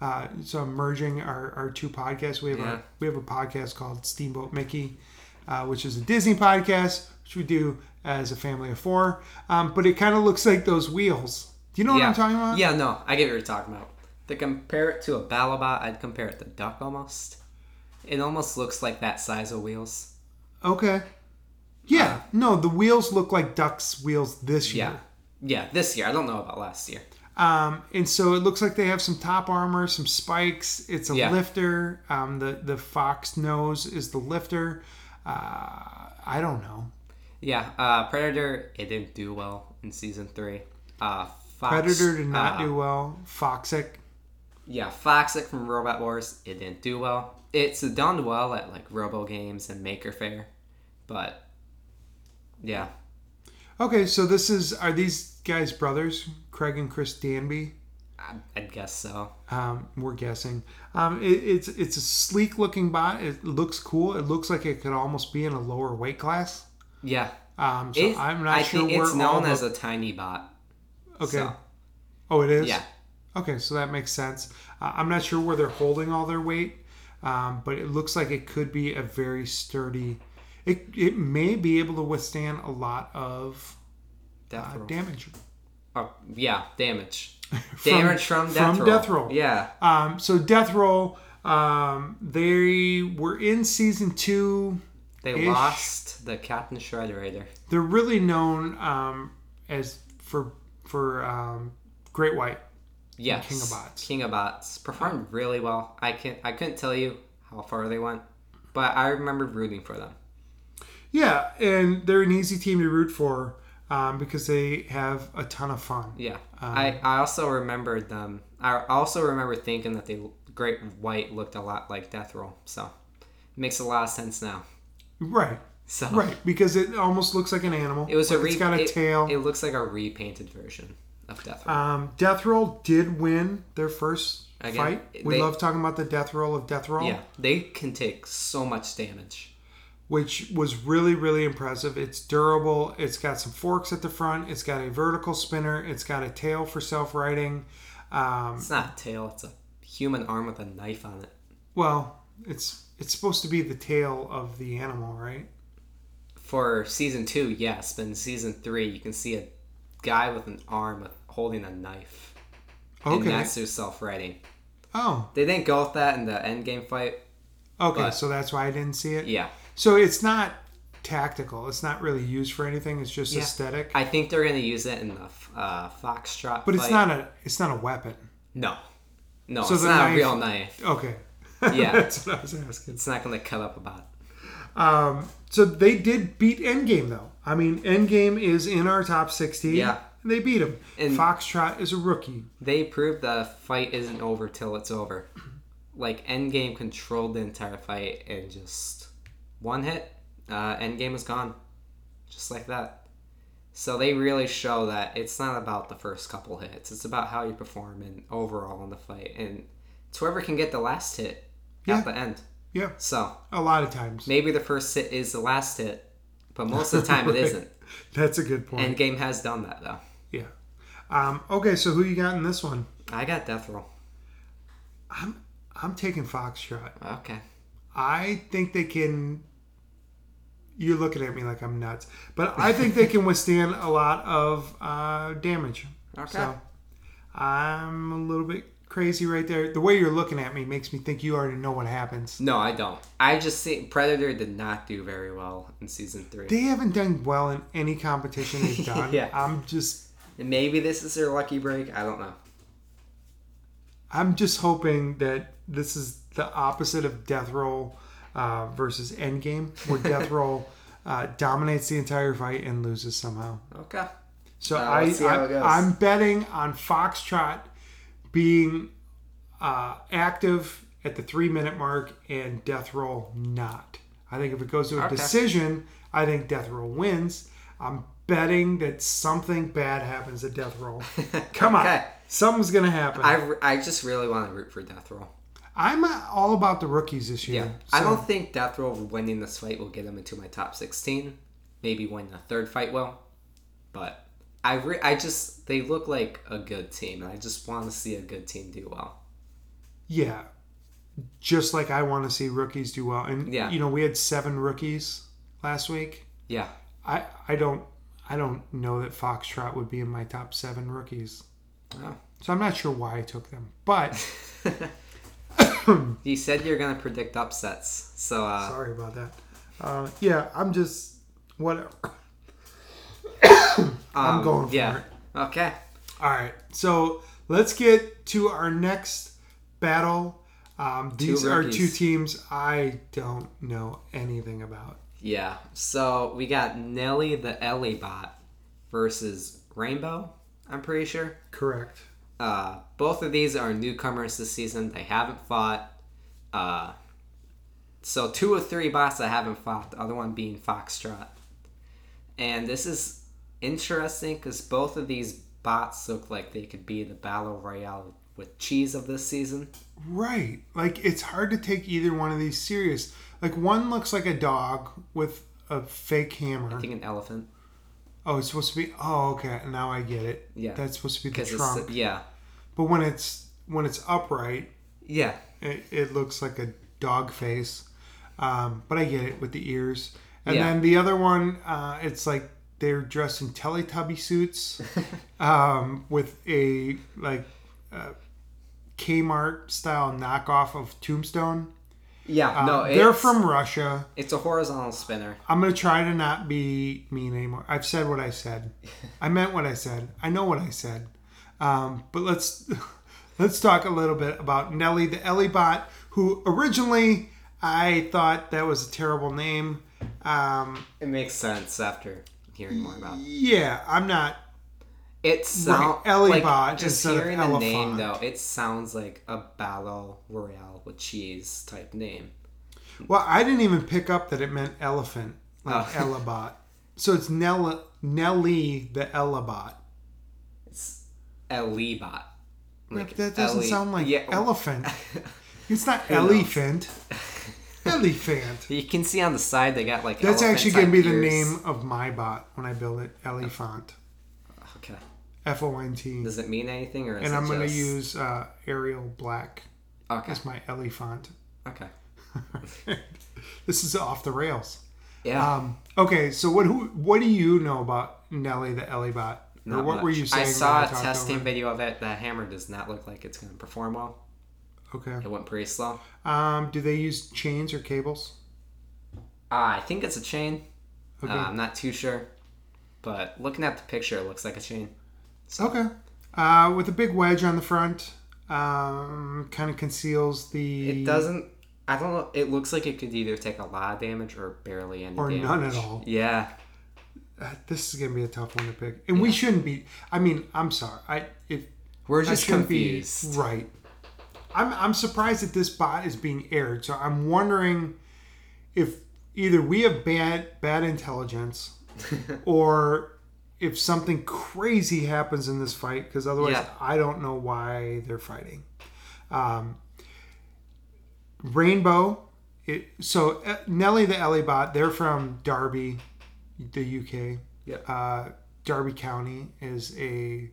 Speaker 1: Uh, so I'm merging our, our two podcasts. We have
Speaker 2: Yeah.
Speaker 1: a we have a podcast called Steamboat Mickey, uh, which is a Disney podcast, which we do as a family of four. Um, but it kind of looks like those wheels. Do you know what
Speaker 2: yeah.
Speaker 1: I'm talking about?
Speaker 2: Yeah, no, I get what you're talking about. To compare it to a Balabot, I'd compare it to Duck almost. It almost looks like that size of wheels.
Speaker 1: Okay. Yeah. no, the wheels look like ducks' wheels this year.
Speaker 2: Uh, Yeah. Yeah, this year. I don't know about last year.
Speaker 1: Um, and so it looks like they have some top armor, some spikes. It's a
Speaker 2: Yeah.
Speaker 1: lifter. Um, the the fox nose is the lifter. Uh, I don't know.
Speaker 2: Yeah, uh, Predator, it didn't do well in season three. Uh, Fox,
Speaker 1: Predator did not
Speaker 2: uh,
Speaker 1: do well. Foxic.
Speaker 2: Yeah, Foxic from Robot Wars, it didn't do well. It's done well at like Robo Games and Maker Fair, but yeah,
Speaker 1: Okay, so this is are these guys brothers, Craig and Chris Danby?
Speaker 2: I, I'd guess so.
Speaker 1: Um, we're guessing. Um, it, it's it's a sleek looking bot. It looks cool. It looks like it could almost be in a lower weight class.
Speaker 2: Yeah,
Speaker 1: Um, so
Speaker 2: It-
Speaker 1: I'm not
Speaker 2: I
Speaker 1: sure
Speaker 2: think
Speaker 1: where
Speaker 2: it's
Speaker 1: all
Speaker 2: known
Speaker 1: the-
Speaker 2: as a tiny bot.
Speaker 1: okay.
Speaker 2: so.
Speaker 1: Oh, it is.
Speaker 2: Yeah.
Speaker 1: Okay, so that makes sense. Uh, I'm not sure where they're holding all their weight, um, but it looks like it could be a very sturdy. It it may be able to withstand a lot of
Speaker 2: Death
Speaker 1: uh,
Speaker 2: roll.
Speaker 1: damage.
Speaker 2: Oh, yeah,
Speaker 1: <laughs>
Speaker 2: damage. damage from death
Speaker 1: from
Speaker 2: roll.
Speaker 1: death roll.
Speaker 2: Yeah,
Speaker 1: Um, so death roll. Um, they were in season two.
Speaker 2: they
Speaker 1: Ish.
Speaker 2: lost the Captain Shredderator.
Speaker 1: They're really known um, as for for um, Great White.
Speaker 2: Yes,
Speaker 1: King of Bots.
Speaker 2: King of Bots performed really well. I can I couldn't tell you how far they went, but I remember rooting for them.
Speaker 1: Yeah, and they're an easy team to root for um, because they have a ton of fun.
Speaker 2: Yeah, I, I also remembered them. I also remember thinking that they Great White looked a lot like Death Roll, so makes a lot of sense now.
Speaker 1: Right.
Speaker 2: So
Speaker 1: Right, because it almost looks like an animal.
Speaker 2: it was a
Speaker 1: Like
Speaker 2: re-
Speaker 1: it's got a
Speaker 2: it,
Speaker 1: tail.
Speaker 2: It looks like a repainted version of Death Roll.
Speaker 1: um, Death Roll did win their first
Speaker 2: Again,
Speaker 1: fight. We
Speaker 2: they-
Speaker 1: love talking about the Death Roll of Death Roll,
Speaker 2: yeah, they can take so much damage.
Speaker 1: which was really really impressive. It's durable. It's got some forks at the front. It's got a vertical spinner. It's got a tail for self riding. Um,
Speaker 2: It's not a tail; it's a human arm with a knife on it.
Speaker 1: well, it's it's supposed to be the tail of the animal, right?
Speaker 2: for season two, yes, but in season three, you can see a guy with an arm holding a knife, and
Speaker 1: Okay.
Speaker 2: that's their self-writing.
Speaker 1: oh,
Speaker 2: They didn't go with that in the end game fight.
Speaker 1: okay.
Speaker 2: But-
Speaker 1: so that's why I didn't see it.
Speaker 2: Yeah,
Speaker 1: So it's not tactical. It's not really used for anything. It's just
Speaker 2: Yeah.
Speaker 1: aesthetic.
Speaker 2: I think they're gonna use it in the uh, foxtrot.
Speaker 1: But it's
Speaker 2: fight.
Speaker 1: not a it's not a weapon.
Speaker 2: No, no,
Speaker 1: So
Speaker 2: it's
Speaker 1: the
Speaker 2: not
Speaker 1: knife-
Speaker 2: a real knife.
Speaker 1: Okay. <laughs>
Speaker 2: Yeah.
Speaker 1: that's what I was asking.
Speaker 2: It's not gonna cut up about. It.
Speaker 1: Um, so they did beat Endgame though. I mean, Endgame is in our top sixty.
Speaker 2: Yeah.
Speaker 1: and they beat him.
Speaker 2: And-
Speaker 1: Foxtrot is a rookie.
Speaker 2: They proved the fight isn't over till it's over. Like Endgame controlled the entire fight and just one hit, uh, Endgame is gone, just like that. So they really show that it's not about the first couple hits; it's about how you perform and overall in the fight, and it's whoever can get the last hit
Speaker 1: Yeah.
Speaker 2: at the end.
Speaker 1: Yeah,
Speaker 2: So
Speaker 1: a lot of times.
Speaker 2: maybe the first hit is the last hit, but most of the time it isn't.
Speaker 1: That's a good point.
Speaker 2: Endgame has done that though.
Speaker 1: yeah. Um, okay, so who you got in this one?
Speaker 2: I got death roll.
Speaker 1: I'm I'm taking Foxtrot.
Speaker 2: Okay.
Speaker 1: I think they can. You're looking at me like I'm nuts, but I think they can withstand a lot of uh, damage.
Speaker 2: Okay.
Speaker 1: So I'm a little bit crazy right there. The way you're looking at me makes me think you already know what happens.
Speaker 2: No, I don't. I just see Predator did not do very well in season three.
Speaker 1: They haven't done well in any competition
Speaker 2: <laughs>
Speaker 1: they've done.
Speaker 2: Yeah.
Speaker 1: I'm just
Speaker 2: And Maybe this is their lucky break. I don't know.
Speaker 1: I'm just hoping that this is the opposite of Death Roll uh, versus Endgame, where
Speaker 2: <laughs>
Speaker 1: Death Roll uh, dominates the entire fight and loses somehow.
Speaker 2: Okay. <laughs>
Speaker 1: So
Speaker 2: Uh,
Speaker 1: I,
Speaker 2: let's see how it goes.
Speaker 1: I am betting on Foxtrot being uh, active at the three minute mark and Death Roll not. I think if it goes to a
Speaker 2: Okay.
Speaker 1: decision, I think Death Roll wins. I'm betting that something bad happens to Death Roll.
Speaker 2: <laughs>
Speaker 1: Come on,
Speaker 2: Okay.
Speaker 1: something's gonna happen.
Speaker 2: I,
Speaker 1: I,
Speaker 2: re- I just really want to root for Death Roll.
Speaker 1: am uh, all about the rookies this
Speaker 2: Yeah.
Speaker 1: year.
Speaker 2: I
Speaker 1: so-
Speaker 2: don't think Death Roll winning this fight will get him into my top 16. Maybe winning the third fight will. But I re- I just they look like a good team, and I just want to see a good team do well.
Speaker 1: Yeah. Just like I want to see rookies do well. And
Speaker 2: Yeah.
Speaker 1: you know, we had seven rookies last week.
Speaker 2: Yeah,
Speaker 1: I I don't I don't know that Foxtrot would be in my top seven rookies.
Speaker 2: Oh.
Speaker 1: So I'm not sure why I took them. But
Speaker 2: you said you're gonna predict upsets, so
Speaker 1: <laughs>
Speaker 2: uh,
Speaker 1: sorry about that. Uh, yeah, I'm just whatever. <coughs> I'm
Speaker 2: um,
Speaker 1: going for
Speaker 2: yeah.
Speaker 1: it.
Speaker 2: Okay,
Speaker 1: All right, so let's get to our next battle. Um, these are two
Speaker 2: rookies.
Speaker 1: teams I don't know anything about.
Speaker 2: yeah. So we got Nelly the Ellie bot versus Rainbow. I'm pretty sure.
Speaker 1: Correct.
Speaker 2: Uh, both of these are newcomers this season. They haven't fought. Uh, so two of three bots that haven't fought. The other one being Foxtrot. And this is interesting because both of these bots look like they could be the battle royale with cheese of this season.
Speaker 1: Right. Like it's hard to take either one of these serious. Like one looks like a dog with a fake hammer.
Speaker 2: I think an elephant.
Speaker 1: Oh, it's supposed to be. Oh, okay. Now I get it.
Speaker 2: Yeah.
Speaker 1: That's supposed to be the
Speaker 2: 'Cause it's-
Speaker 1: trunk.
Speaker 2: yeah,
Speaker 1: But when it's when it's upright,
Speaker 2: yeah,
Speaker 1: it, it looks like a dog face. Um, but I get it with the ears. And
Speaker 2: Yeah.
Speaker 1: then the other one, uh, it's like they're dressed in Teletubby
Speaker 2: <laughs>
Speaker 1: suits um, with a like uh, Kmart style knockoff of Tombstone.
Speaker 2: yeah.
Speaker 1: Um,
Speaker 2: no,
Speaker 1: they're
Speaker 2: Oh, it's-
Speaker 1: from Russia.
Speaker 2: It's a horizontal spinner.
Speaker 1: I'm gonna try to not be mean anymore. I've said what I said. I meant what I said. I know what I said. Um, but let's <laughs> let's talk a little bit about Nelly the Ellie bot, who originally I thought that was a terrible name. Um,
Speaker 2: It makes sense after hearing more about. it.
Speaker 1: yeah, I'm not.
Speaker 2: It sounds
Speaker 1: Ellie
Speaker 2: like
Speaker 1: Bot
Speaker 2: just
Speaker 1: instead of
Speaker 2: hearing the name though.
Speaker 1: Elephant.
Speaker 2: It sounds like a battle royale with cheese type name.
Speaker 1: Well, I didn't even pick up that it meant elephant, like
Speaker 2: Oh.
Speaker 1: Ella bot. So it's Nella, Nelly the Ella bot.
Speaker 2: It's Ellie Bot. Like
Speaker 1: That doesn't
Speaker 2: Ellie-
Speaker 1: sound like
Speaker 2: yeah. <laughs>
Speaker 1: elephant. It's not
Speaker 2: knows? <laughs>
Speaker 1: elephant. elephant.
Speaker 2: you can see on the side they got like.
Speaker 1: That's actually going to be
Speaker 2: elephant-type
Speaker 1: the
Speaker 2: ears.
Speaker 1: name of my bot when I build it. Elephant.
Speaker 2: Okay.
Speaker 1: F O N T.
Speaker 2: Does it mean anything or? Is
Speaker 1: And
Speaker 2: it
Speaker 1: I'm going to
Speaker 2: just-
Speaker 1: use uh, Arial Black
Speaker 2: Okay.
Speaker 1: as my elephant. <laughs>
Speaker 2: Okay.
Speaker 1: this is off the rails.
Speaker 2: Yeah.
Speaker 1: Um, okay, so what who, what do you know about Nelly the Ellie bot? Or
Speaker 2: not
Speaker 1: what were
Speaker 2: much.
Speaker 1: you saying?
Speaker 2: I
Speaker 1: when
Speaker 2: saw a
Speaker 1: talked
Speaker 2: testing
Speaker 1: over?
Speaker 2: video of it. The hammer does not look like it's going to perform well.
Speaker 1: Okay.
Speaker 2: It went pretty slow.
Speaker 1: Um, do they use chains or cables?
Speaker 2: Uh, I think it's a chain.
Speaker 1: Okay.
Speaker 2: Uh, I'm not too sure, but looking at the picture, it looks like a chain.
Speaker 1: Okay. Uh, with a big wedge on the front, um, kind of conceals the.
Speaker 2: It doesn't. I don't know. It looks like it could either take a lot of damage or barely any
Speaker 1: Or
Speaker 2: damage.
Speaker 1: none at all.
Speaker 2: Yeah.
Speaker 1: Uh, this is gonna be a tough one to pick, and we shouldn't be. I mean, I'm sorry. I if
Speaker 2: We're
Speaker 1: I
Speaker 2: just
Speaker 1: shouldn't
Speaker 2: confused.
Speaker 1: be right. I'm I'm surprised that this bot is being aired. So I'm wondering if either we have bad bad intelligence, or if something crazy happens in this fight. Because otherwise,
Speaker 2: Yeah.
Speaker 1: I don't know why they're fighting. Um, Rainbow. It, so uh, Nelly the Ellie bot. They're from Derby, the UK
Speaker 2: Yep.
Speaker 1: uh, Derby County is a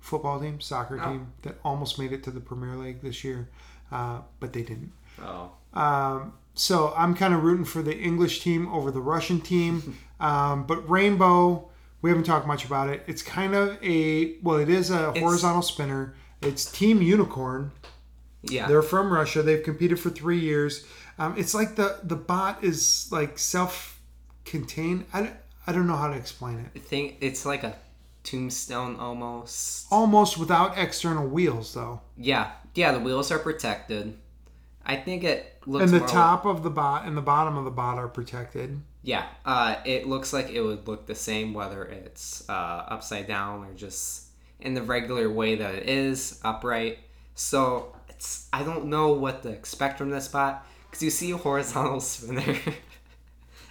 Speaker 1: football team, soccer
Speaker 2: Oh.
Speaker 1: team that almost made it to the Premier League this year, uh, but they didn't.
Speaker 2: Oh.
Speaker 1: Um, so I'm kind of rooting for the English team over the Russian team. um, but Rainbow, we haven't talked much about it. It's kind of a well, it is a horizontal spinner. It's Team Unicorn.
Speaker 2: Yeah.
Speaker 1: They're from Russia. They've competed for three years. Um, it's like the the bot is like self-contained. I, don't- I don't know how to explain it.
Speaker 2: I think it's like a tombstone almost.
Speaker 1: almost without external wheels though
Speaker 2: Yeah. Yeah. The wheels are protected. I think it looks.
Speaker 1: and the
Speaker 2: more-
Speaker 1: top of the bot and the bottom of the bot are protected
Speaker 2: Yeah. Uh, it looks like it would look the same whether it's uh, upside down or just in the regular way that it is upright. So it's I don't know what to expect from this bot because you see a horizontal <laughs> spinner,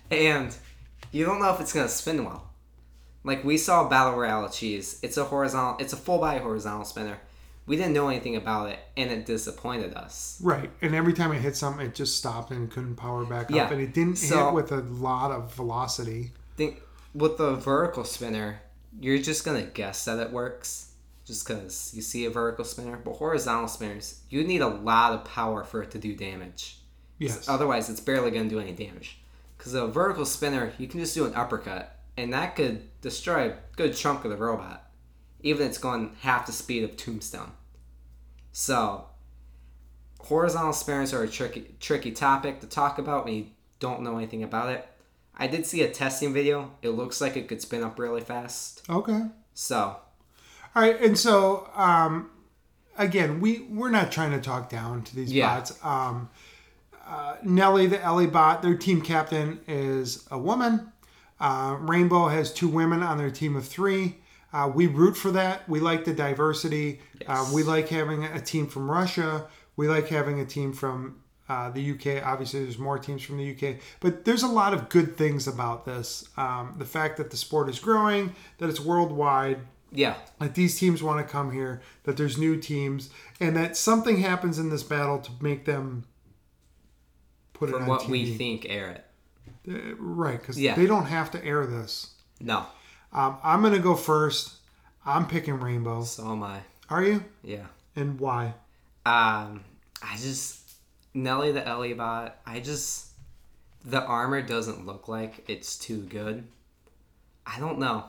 Speaker 2: and you don't know if it's gonna spin well. Like we saw battle royale cheese. It's a horizontal. It's a full body horizontal spinner. We didn't know anything about it, and it disappointed us.
Speaker 1: right and every time it hit something it just stopped and couldn't power back
Speaker 2: Yeah.
Speaker 1: up and it didn't
Speaker 2: So-
Speaker 1: hit with a lot of velocity
Speaker 2: think with the vertical spinner, you're just gonna guess that it works just because you see a vertical spinner but horizontal spinners you need a lot of power for it to do damage 'Cause
Speaker 1: Yes.
Speaker 2: otherwise it's barely gonna do any damage because a vertical spinner you can just do an uppercut and that could destroy a good chunk of the robot even if it's going half the speed of tombstone so horizontal spinners are a tricky tricky topic to talk about when you don't know anything about it i did see a testing video it looks like it could spin up really fast
Speaker 1: Okay.
Speaker 2: so
Speaker 1: All right, and so um, again, we we're not trying to talk down to these
Speaker 2: Yeah.
Speaker 1: bots. Um, uh, Nelly, the Ellie bot, their team captain is a woman. Uh, Rainbow has two women on their team of three. Uh, we root for that. We like the diversity. Uh, we like having a team from Russia. We like having a team from uh, the UK. Obviously, there's more teams from the UK, but there's a lot of good things about this. Um, the fact that the sport is growing, that it's worldwide,
Speaker 2: yeah,
Speaker 1: that these teams want to come here, that there's new teams, and that something happens in this battle to make them put it
Speaker 2: from
Speaker 1: on
Speaker 2: what
Speaker 1: TV.
Speaker 2: we think, air it.
Speaker 1: Uh, right, because
Speaker 2: Yeah.
Speaker 1: they don't have to air this.
Speaker 2: No,
Speaker 1: Um, I'm going to go first. I'm picking Rainbow.
Speaker 2: so am I.
Speaker 1: Are you?
Speaker 2: Yeah.
Speaker 1: And why?
Speaker 2: Um, I just Nelly the Ellie bot. I just the armor doesn't look like it's too good. I don't know.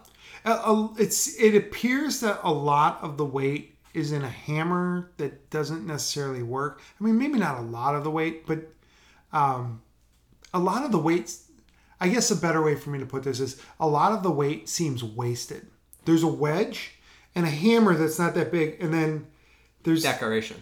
Speaker 1: Uh, uh, it's it appears that a lot of the weight is in a hammer that doesn't necessarily work. I mean, maybe not a lot of the weight, but um, a lot of the weight. I guess a better way for me to put this is a lot of the weight seems wasted. There's a wedge and a hammer that's not that big, and then there's
Speaker 2: Decoration.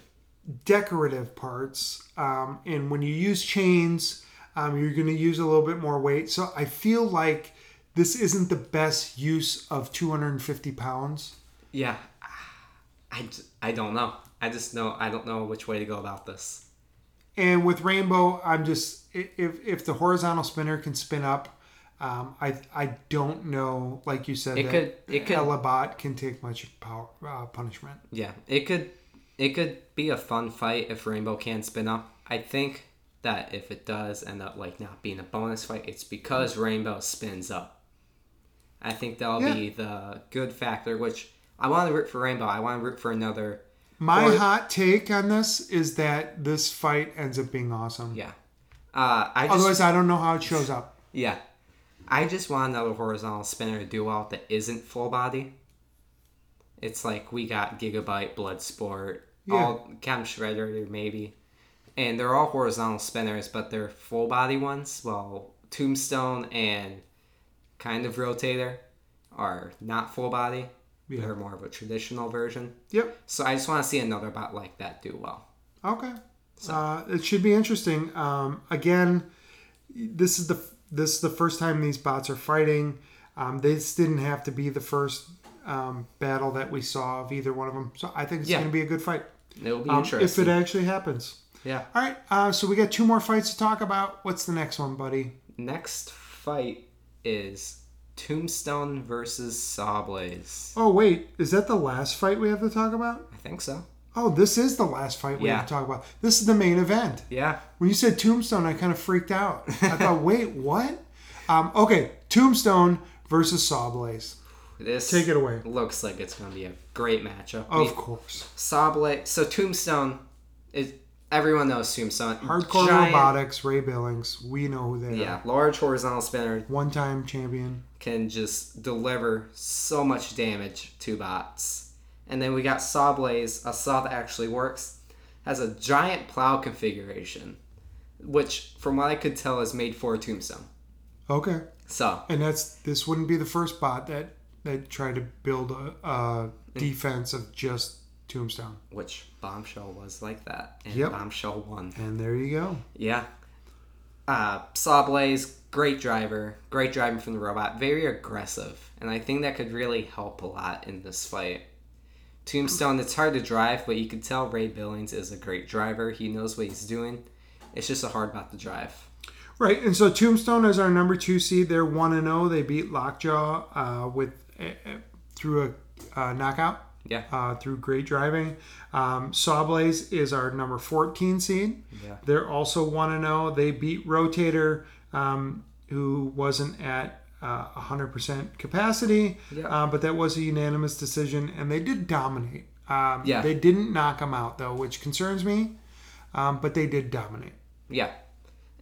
Speaker 1: decorative parts. Um, and when you use chains, um, you're going to use a little bit more weight. So I feel like this isn't the best use of 250 pounds.
Speaker 2: Yeah. I, j- I don't know. I just know I don't know which way to go about this.
Speaker 1: And with Rainbow, I'm just i- if if the horizontal spinner can spin up. Um, I I don't know, like you said,
Speaker 2: It could- it could-
Speaker 1: Elabot can take much power, uh, punishment.
Speaker 2: Yeah, it could it could be a fun fight if Rainbow can spin up. I think that if it does end up like not being a bonus fight, it's because Rainbow spins up. I think that'll be the good factor, which I want to root for Rainbow. I want to root for another.
Speaker 1: My
Speaker 2: Or-
Speaker 1: hot take on this is that this fight ends up being awesome.
Speaker 2: Yeah. Uh, I just
Speaker 1: Otherwise, I don't know how it shows up.
Speaker 2: yeah, I just want another horizontal spinner do out that isn't full body. It's like we got Gigabyte, Bloodsport, all Cam Shredder maybe, and they're all horizontal spinners, but they're full body ones. Well, Tombstone and kind of Rotator are not full body.
Speaker 1: Yeah.
Speaker 2: They're more of a traditional version.
Speaker 1: Yep.
Speaker 2: So I just want to see another bot like that do well.
Speaker 1: Okay. Uh, it should be interesting. Um, again, this is the this is the first time these bots are fighting. Um, this didn't have to be the first um, battle that we saw of either one of them. So I think it's
Speaker 2: Yeah.
Speaker 1: going to be a good fight
Speaker 2: It'll be
Speaker 1: um, if
Speaker 2: interesting.
Speaker 1: it actually happens.
Speaker 2: yeah.
Speaker 1: All right. Uh, so we got two more fights to talk about. What's the next one, buddy?
Speaker 2: Next fight is Tombstone versus Sawblaze.
Speaker 1: Oh wait, is that the last fight we have to talk about?
Speaker 2: I think so.
Speaker 1: Oh, this is the last fight we
Speaker 2: Yeah.
Speaker 1: have to talk about. This is the main event.
Speaker 2: Yeah.
Speaker 1: When you said Tombstone, I kind of freaked out. I <laughs> thought, wait, what? Um, okay, Tombstone versus Sawblaze.
Speaker 2: This
Speaker 1: Take it away.
Speaker 2: looks like it's going to be a great matchup. I
Speaker 1: Of
Speaker 2: mean,
Speaker 1: course.
Speaker 2: Sawblaze. So Tombstone is everyone knows Tombstone.
Speaker 1: Hardcore
Speaker 2: Giant-
Speaker 1: Robotics, Ray Billings, we know who they are.
Speaker 2: Yeah, large horizontal spinner
Speaker 1: One time champion.
Speaker 2: can just deliver so much damage to bots. And then we got Sawblaze, a saw that actually works, has a giant plow configuration, which from what I could tell is made for Tombstone.
Speaker 1: Okay.
Speaker 2: So
Speaker 1: And that's this wouldn't be the first bot that that tried to build a, a
Speaker 2: Mm.
Speaker 1: defense of just Tombstone.
Speaker 2: which Bombshell was like that, and
Speaker 1: Yep.
Speaker 2: Bombshell won.
Speaker 1: And there you go.
Speaker 2: Yeah. Uh, Sawblaze, great driver, great driving from the robot, very aggressive, and I think that could really help a lot in this fight. Tombstone, it's hard to drive, but you can tell Ray Billings is a great driver. He knows what he's doing. It's just a hard bot to drive.
Speaker 1: Right, and so Tombstone is our number two seed. They're one and zero. They beat Lockjaw uh, with eh, eh, through a uh, knockout.
Speaker 2: Yeah.
Speaker 1: uh, through great driving. Um, Sawblaze is our number 14 seed.
Speaker 2: Yeah.
Speaker 1: oh. They're also 1 0. They beat Rotator, um, who wasn't at uh, 100% capacity.
Speaker 2: Yeah.
Speaker 1: Uh, but that was a unanimous decision, and they did dominate. Um,
Speaker 2: Yeah.
Speaker 1: They didn't knock them out, though, which concerns me, um, but they did dominate.
Speaker 2: Yeah.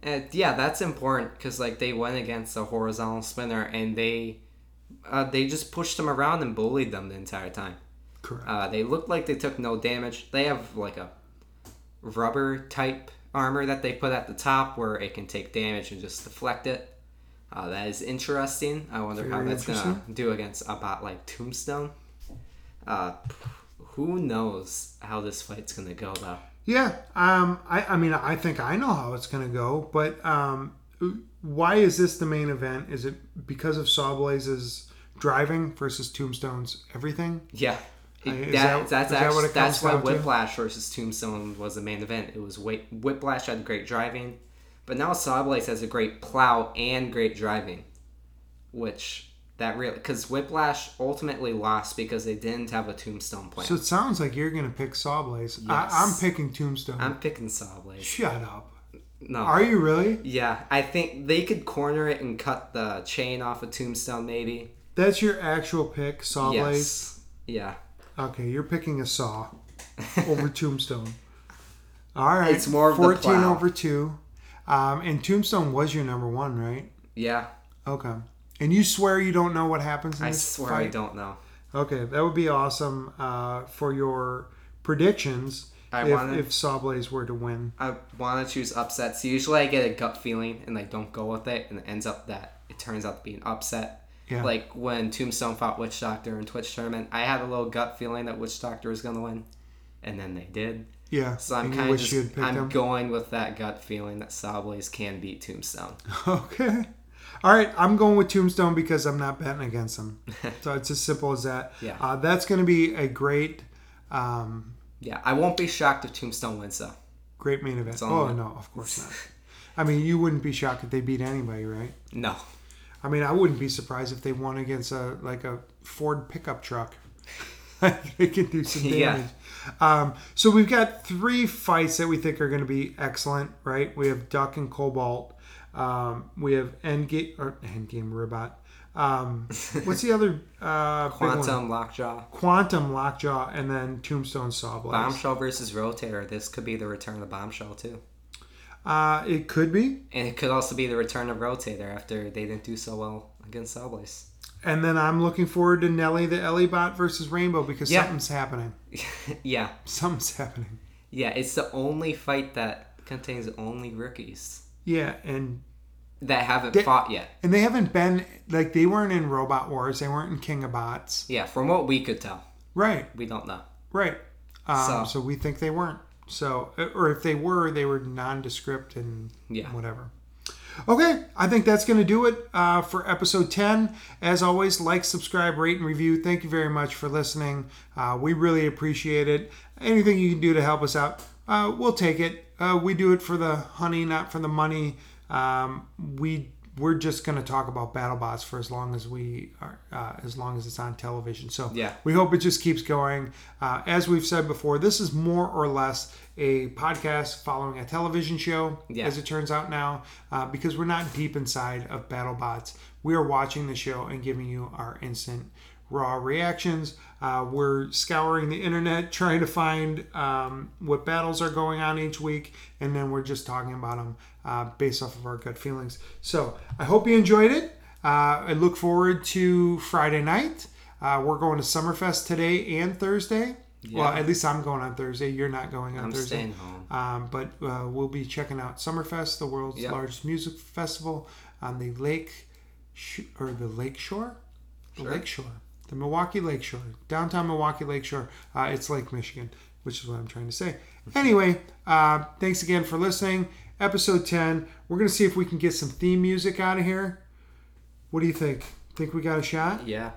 Speaker 2: And yeah, that's important because like they went against a horizontal spinner and they uh, they just pushed them around and bullied them the entire time.
Speaker 1: Correct.
Speaker 2: Uh, they looked like they took no damage. They have like a rubber type armor that they put at the top where it can take damage and just deflect it. Uh, that is interesting. I wonder how
Speaker 1: Very
Speaker 2: that's gonna do against a bot like Tombstone. Uh, who knows how this fight's gonna go though?
Speaker 1: Yeah, um, I, I mean, I think I know how it's going to go, but um, why is this the main event? Is it because of Sawblaze's driving versus Tombstone's everything?
Speaker 2: Yeah.
Speaker 1: I-
Speaker 2: It-
Speaker 1: Uh, is
Speaker 2: that,
Speaker 1: that-
Speaker 2: that's
Speaker 1: is that what
Speaker 2: actually,
Speaker 1: it comes
Speaker 2: that's why
Speaker 1: down to?
Speaker 2: Whiplash versus Tombstone was the main event. It was Whi- Whiplash had great driving, but now Sawblaze has a great plow and great driving, which that really because Whiplash ultimately lost because they didn't have a Tombstone plan.
Speaker 1: So it sounds like you're going to pick Sawblaze.
Speaker 2: Yes.
Speaker 1: I, I'm picking Tombstone.
Speaker 2: I'm picking Sawblaze.
Speaker 1: Shut up.
Speaker 2: No,
Speaker 1: Are you really?
Speaker 2: yeah, I think they could corner it and cut the chain off of Tombstone maybe.
Speaker 1: That's your actual pick, Sawblaze?
Speaker 2: Yes, yeah.
Speaker 1: Okay, you're picking a saw over
Speaker 2: <laughs>
Speaker 1: Tombstone. All right.
Speaker 2: It's more of the
Speaker 1: 14
Speaker 2: plow.
Speaker 1: over 2. Um, and Tombstone was your number one, right?
Speaker 2: Yeah,
Speaker 1: Okay. And you swear you don't know what happens in
Speaker 2: I
Speaker 1: this
Speaker 2: swear
Speaker 1: fight?
Speaker 2: I don't know.
Speaker 1: Okay, that would be awesome uh, for your predictions
Speaker 2: I
Speaker 1: if,
Speaker 2: wanna-
Speaker 1: if Sawblaze were to win.
Speaker 2: I want to choose upsets. Usually, I get a gut feeling and like don't go with it, and it ends up that it turns out to be an upset.
Speaker 1: Yeah.
Speaker 2: Like when Tombstone fought Witch Doctor in Twitch tournament, I had a little gut feeling that Witch Doctor was gonna win, and then they did.
Speaker 1: Yeah.
Speaker 2: So I'm
Speaker 1: and you
Speaker 2: kind of
Speaker 1: wish you had
Speaker 2: just
Speaker 1: picked
Speaker 2: I'm <laughs>
Speaker 1: him.
Speaker 2: going with that gut feeling that Sawblaze can beat
Speaker 1: <laughs>
Speaker 2: Tombstone.
Speaker 1: Okay. All right, I'm going with Tombstone because I'm not betting against him. so it's as simple as that.
Speaker 2: <laughs> Yeah.
Speaker 1: Uh, that's going to be a great, um,
Speaker 2: Yeah, I won't be shocked if Tombstone wins though.
Speaker 1: great main event.
Speaker 2: on
Speaker 1: Oh
Speaker 2: me.
Speaker 1: no, of course not. I mean, you wouldn't be shocked if they beat anybody, right?
Speaker 2: No.
Speaker 1: I mean, I wouldn't be surprised if they won against a like a Ford pickup truck. <laughs> they can do some damage.
Speaker 2: <laughs> Yeah.
Speaker 1: Um, so we've got three fights that we think are going to be excellent, right? We have Duck and Cobalt. Um, we have Endgame or Endgame Robot.
Speaker 2: <laughs>
Speaker 1: Um, what's the other uh, big one?
Speaker 2: Quantum Lockjaw,
Speaker 1: Quantum Lockjaw, and then Tombstone Sawblade.
Speaker 2: Bombshell versus Rotator. This could be the return of Bombshell too,
Speaker 1: Uh, it could be.
Speaker 2: and it could also be the return of Rotator after they didn't do so well against Sawblaze.
Speaker 1: And then I'm looking forward to Nelly the Elliebot versus Rainbow because
Speaker 2: Yeah.
Speaker 1: something's happening.
Speaker 2: yeah,
Speaker 1: Something's happening.
Speaker 2: yeah. It's the only fight that contains only rookies
Speaker 1: Yeah, and
Speaker 2: that haven't
Speaker 1: They-
Speaker 2: fought yet.
Speaker 1: And they haven't been like they weren't in Robot Wars. They weren't in King of Bots.
Speaker 2: Yeah, from what we could tell,
Speaker 1: Right,
Speaker 2: we don't know.
Speaker 1: right. Um, so.
Speaker 2: So-
Speaker 1: we think they weren't. So, or if they were, they were nondescript and
Speaker 2: Yeah.
Speaker 1: whatever. Okay, I think that's going to do it uh, for episode 10. As always, like, subscribe, rate, and review. Thank you very much for listening. Uh, we really appreciate it. Anything you can do to help us out, uh, we'll take it. Uh, we do it for the honey, not for the money. Um, we we're just going to talk about BattleBots for as long as we are, uh, as long as it's on television. So
Speaker 2: Yeah.
Speaker 1: we hope it just keeps going. Uh, as we've said before, this is more or less a podcast following a television show.
Speaker 2: Yeah.
Speaker 1: As it turns out now, uh, because we're not deep inside of BattleBots, we are watching the show and giving you our instant raw reactions. Uh, we're scouring the internet <laughs> trying to find um, what battles are going on each week, and then we're just talking about them uh, based off of our gut feelings. So I hope you enjoyed it. Uh, I look forward to Friday night. Uh, we're going to Summerfest today and Thursday. Well, at least I'm going on Thursday. You're not going on
Speaker 2: I'm
Speaker 1: Thursday.
Speaker 2: staying home.
Speaker 1: Um, but uh, we'll be checking out Summerfest, the world's
Speaker 2: Yep.
Speaker 1: largest music festival on the lake, sh- or the lake shore, the lake shore, the Milwaukee Lake Shore, downtown Milwaukee Lake Shore. Uh, it's Lake Michigan, which is what I'm trying to say.
Speaker 2: Mm-hmm.
Speaker 1: Anyway, uh, thanks again for listening. Episode 10. We're gonna see if we can get some theme music out of here. What do you think? Think we got a shot?
Speaker 2: Yeah.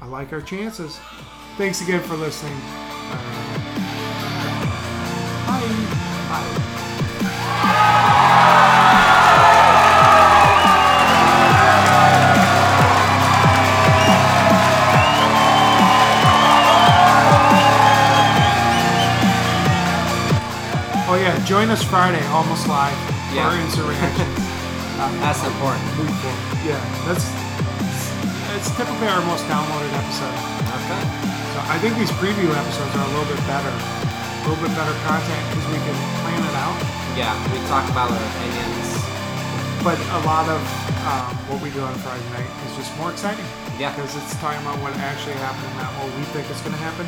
Speaker 1: I like our chances. Thanks again for listening. Bye. Oh yeah, join us Friday, almost live
Speaker 2: Yeah.
Speaker 1: Oh, for insurrections. Uh,
Speaker 2: That's important.
Speaker 1: week four. Yeah, that's it's typically our most downloaded episode.
Speaker 2: Okay.
Speaker 1: So I think these preview episodes are a little bit better, a little bit better content because we can plan it out.
Speaker 2: Yeah, we talk about our opinions.
Speaker 1: But a lot of um, what we do on Friday night is just more exciting.
Speaker 2: Yeah.
Speaker 1: Because it's talking about what actually happened, not what we think is going to happen,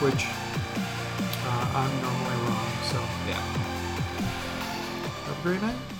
Speaker 1: which uh, I'm normally wrong. So
Speaker 2: Yeah.
Speaker 1: have a great night.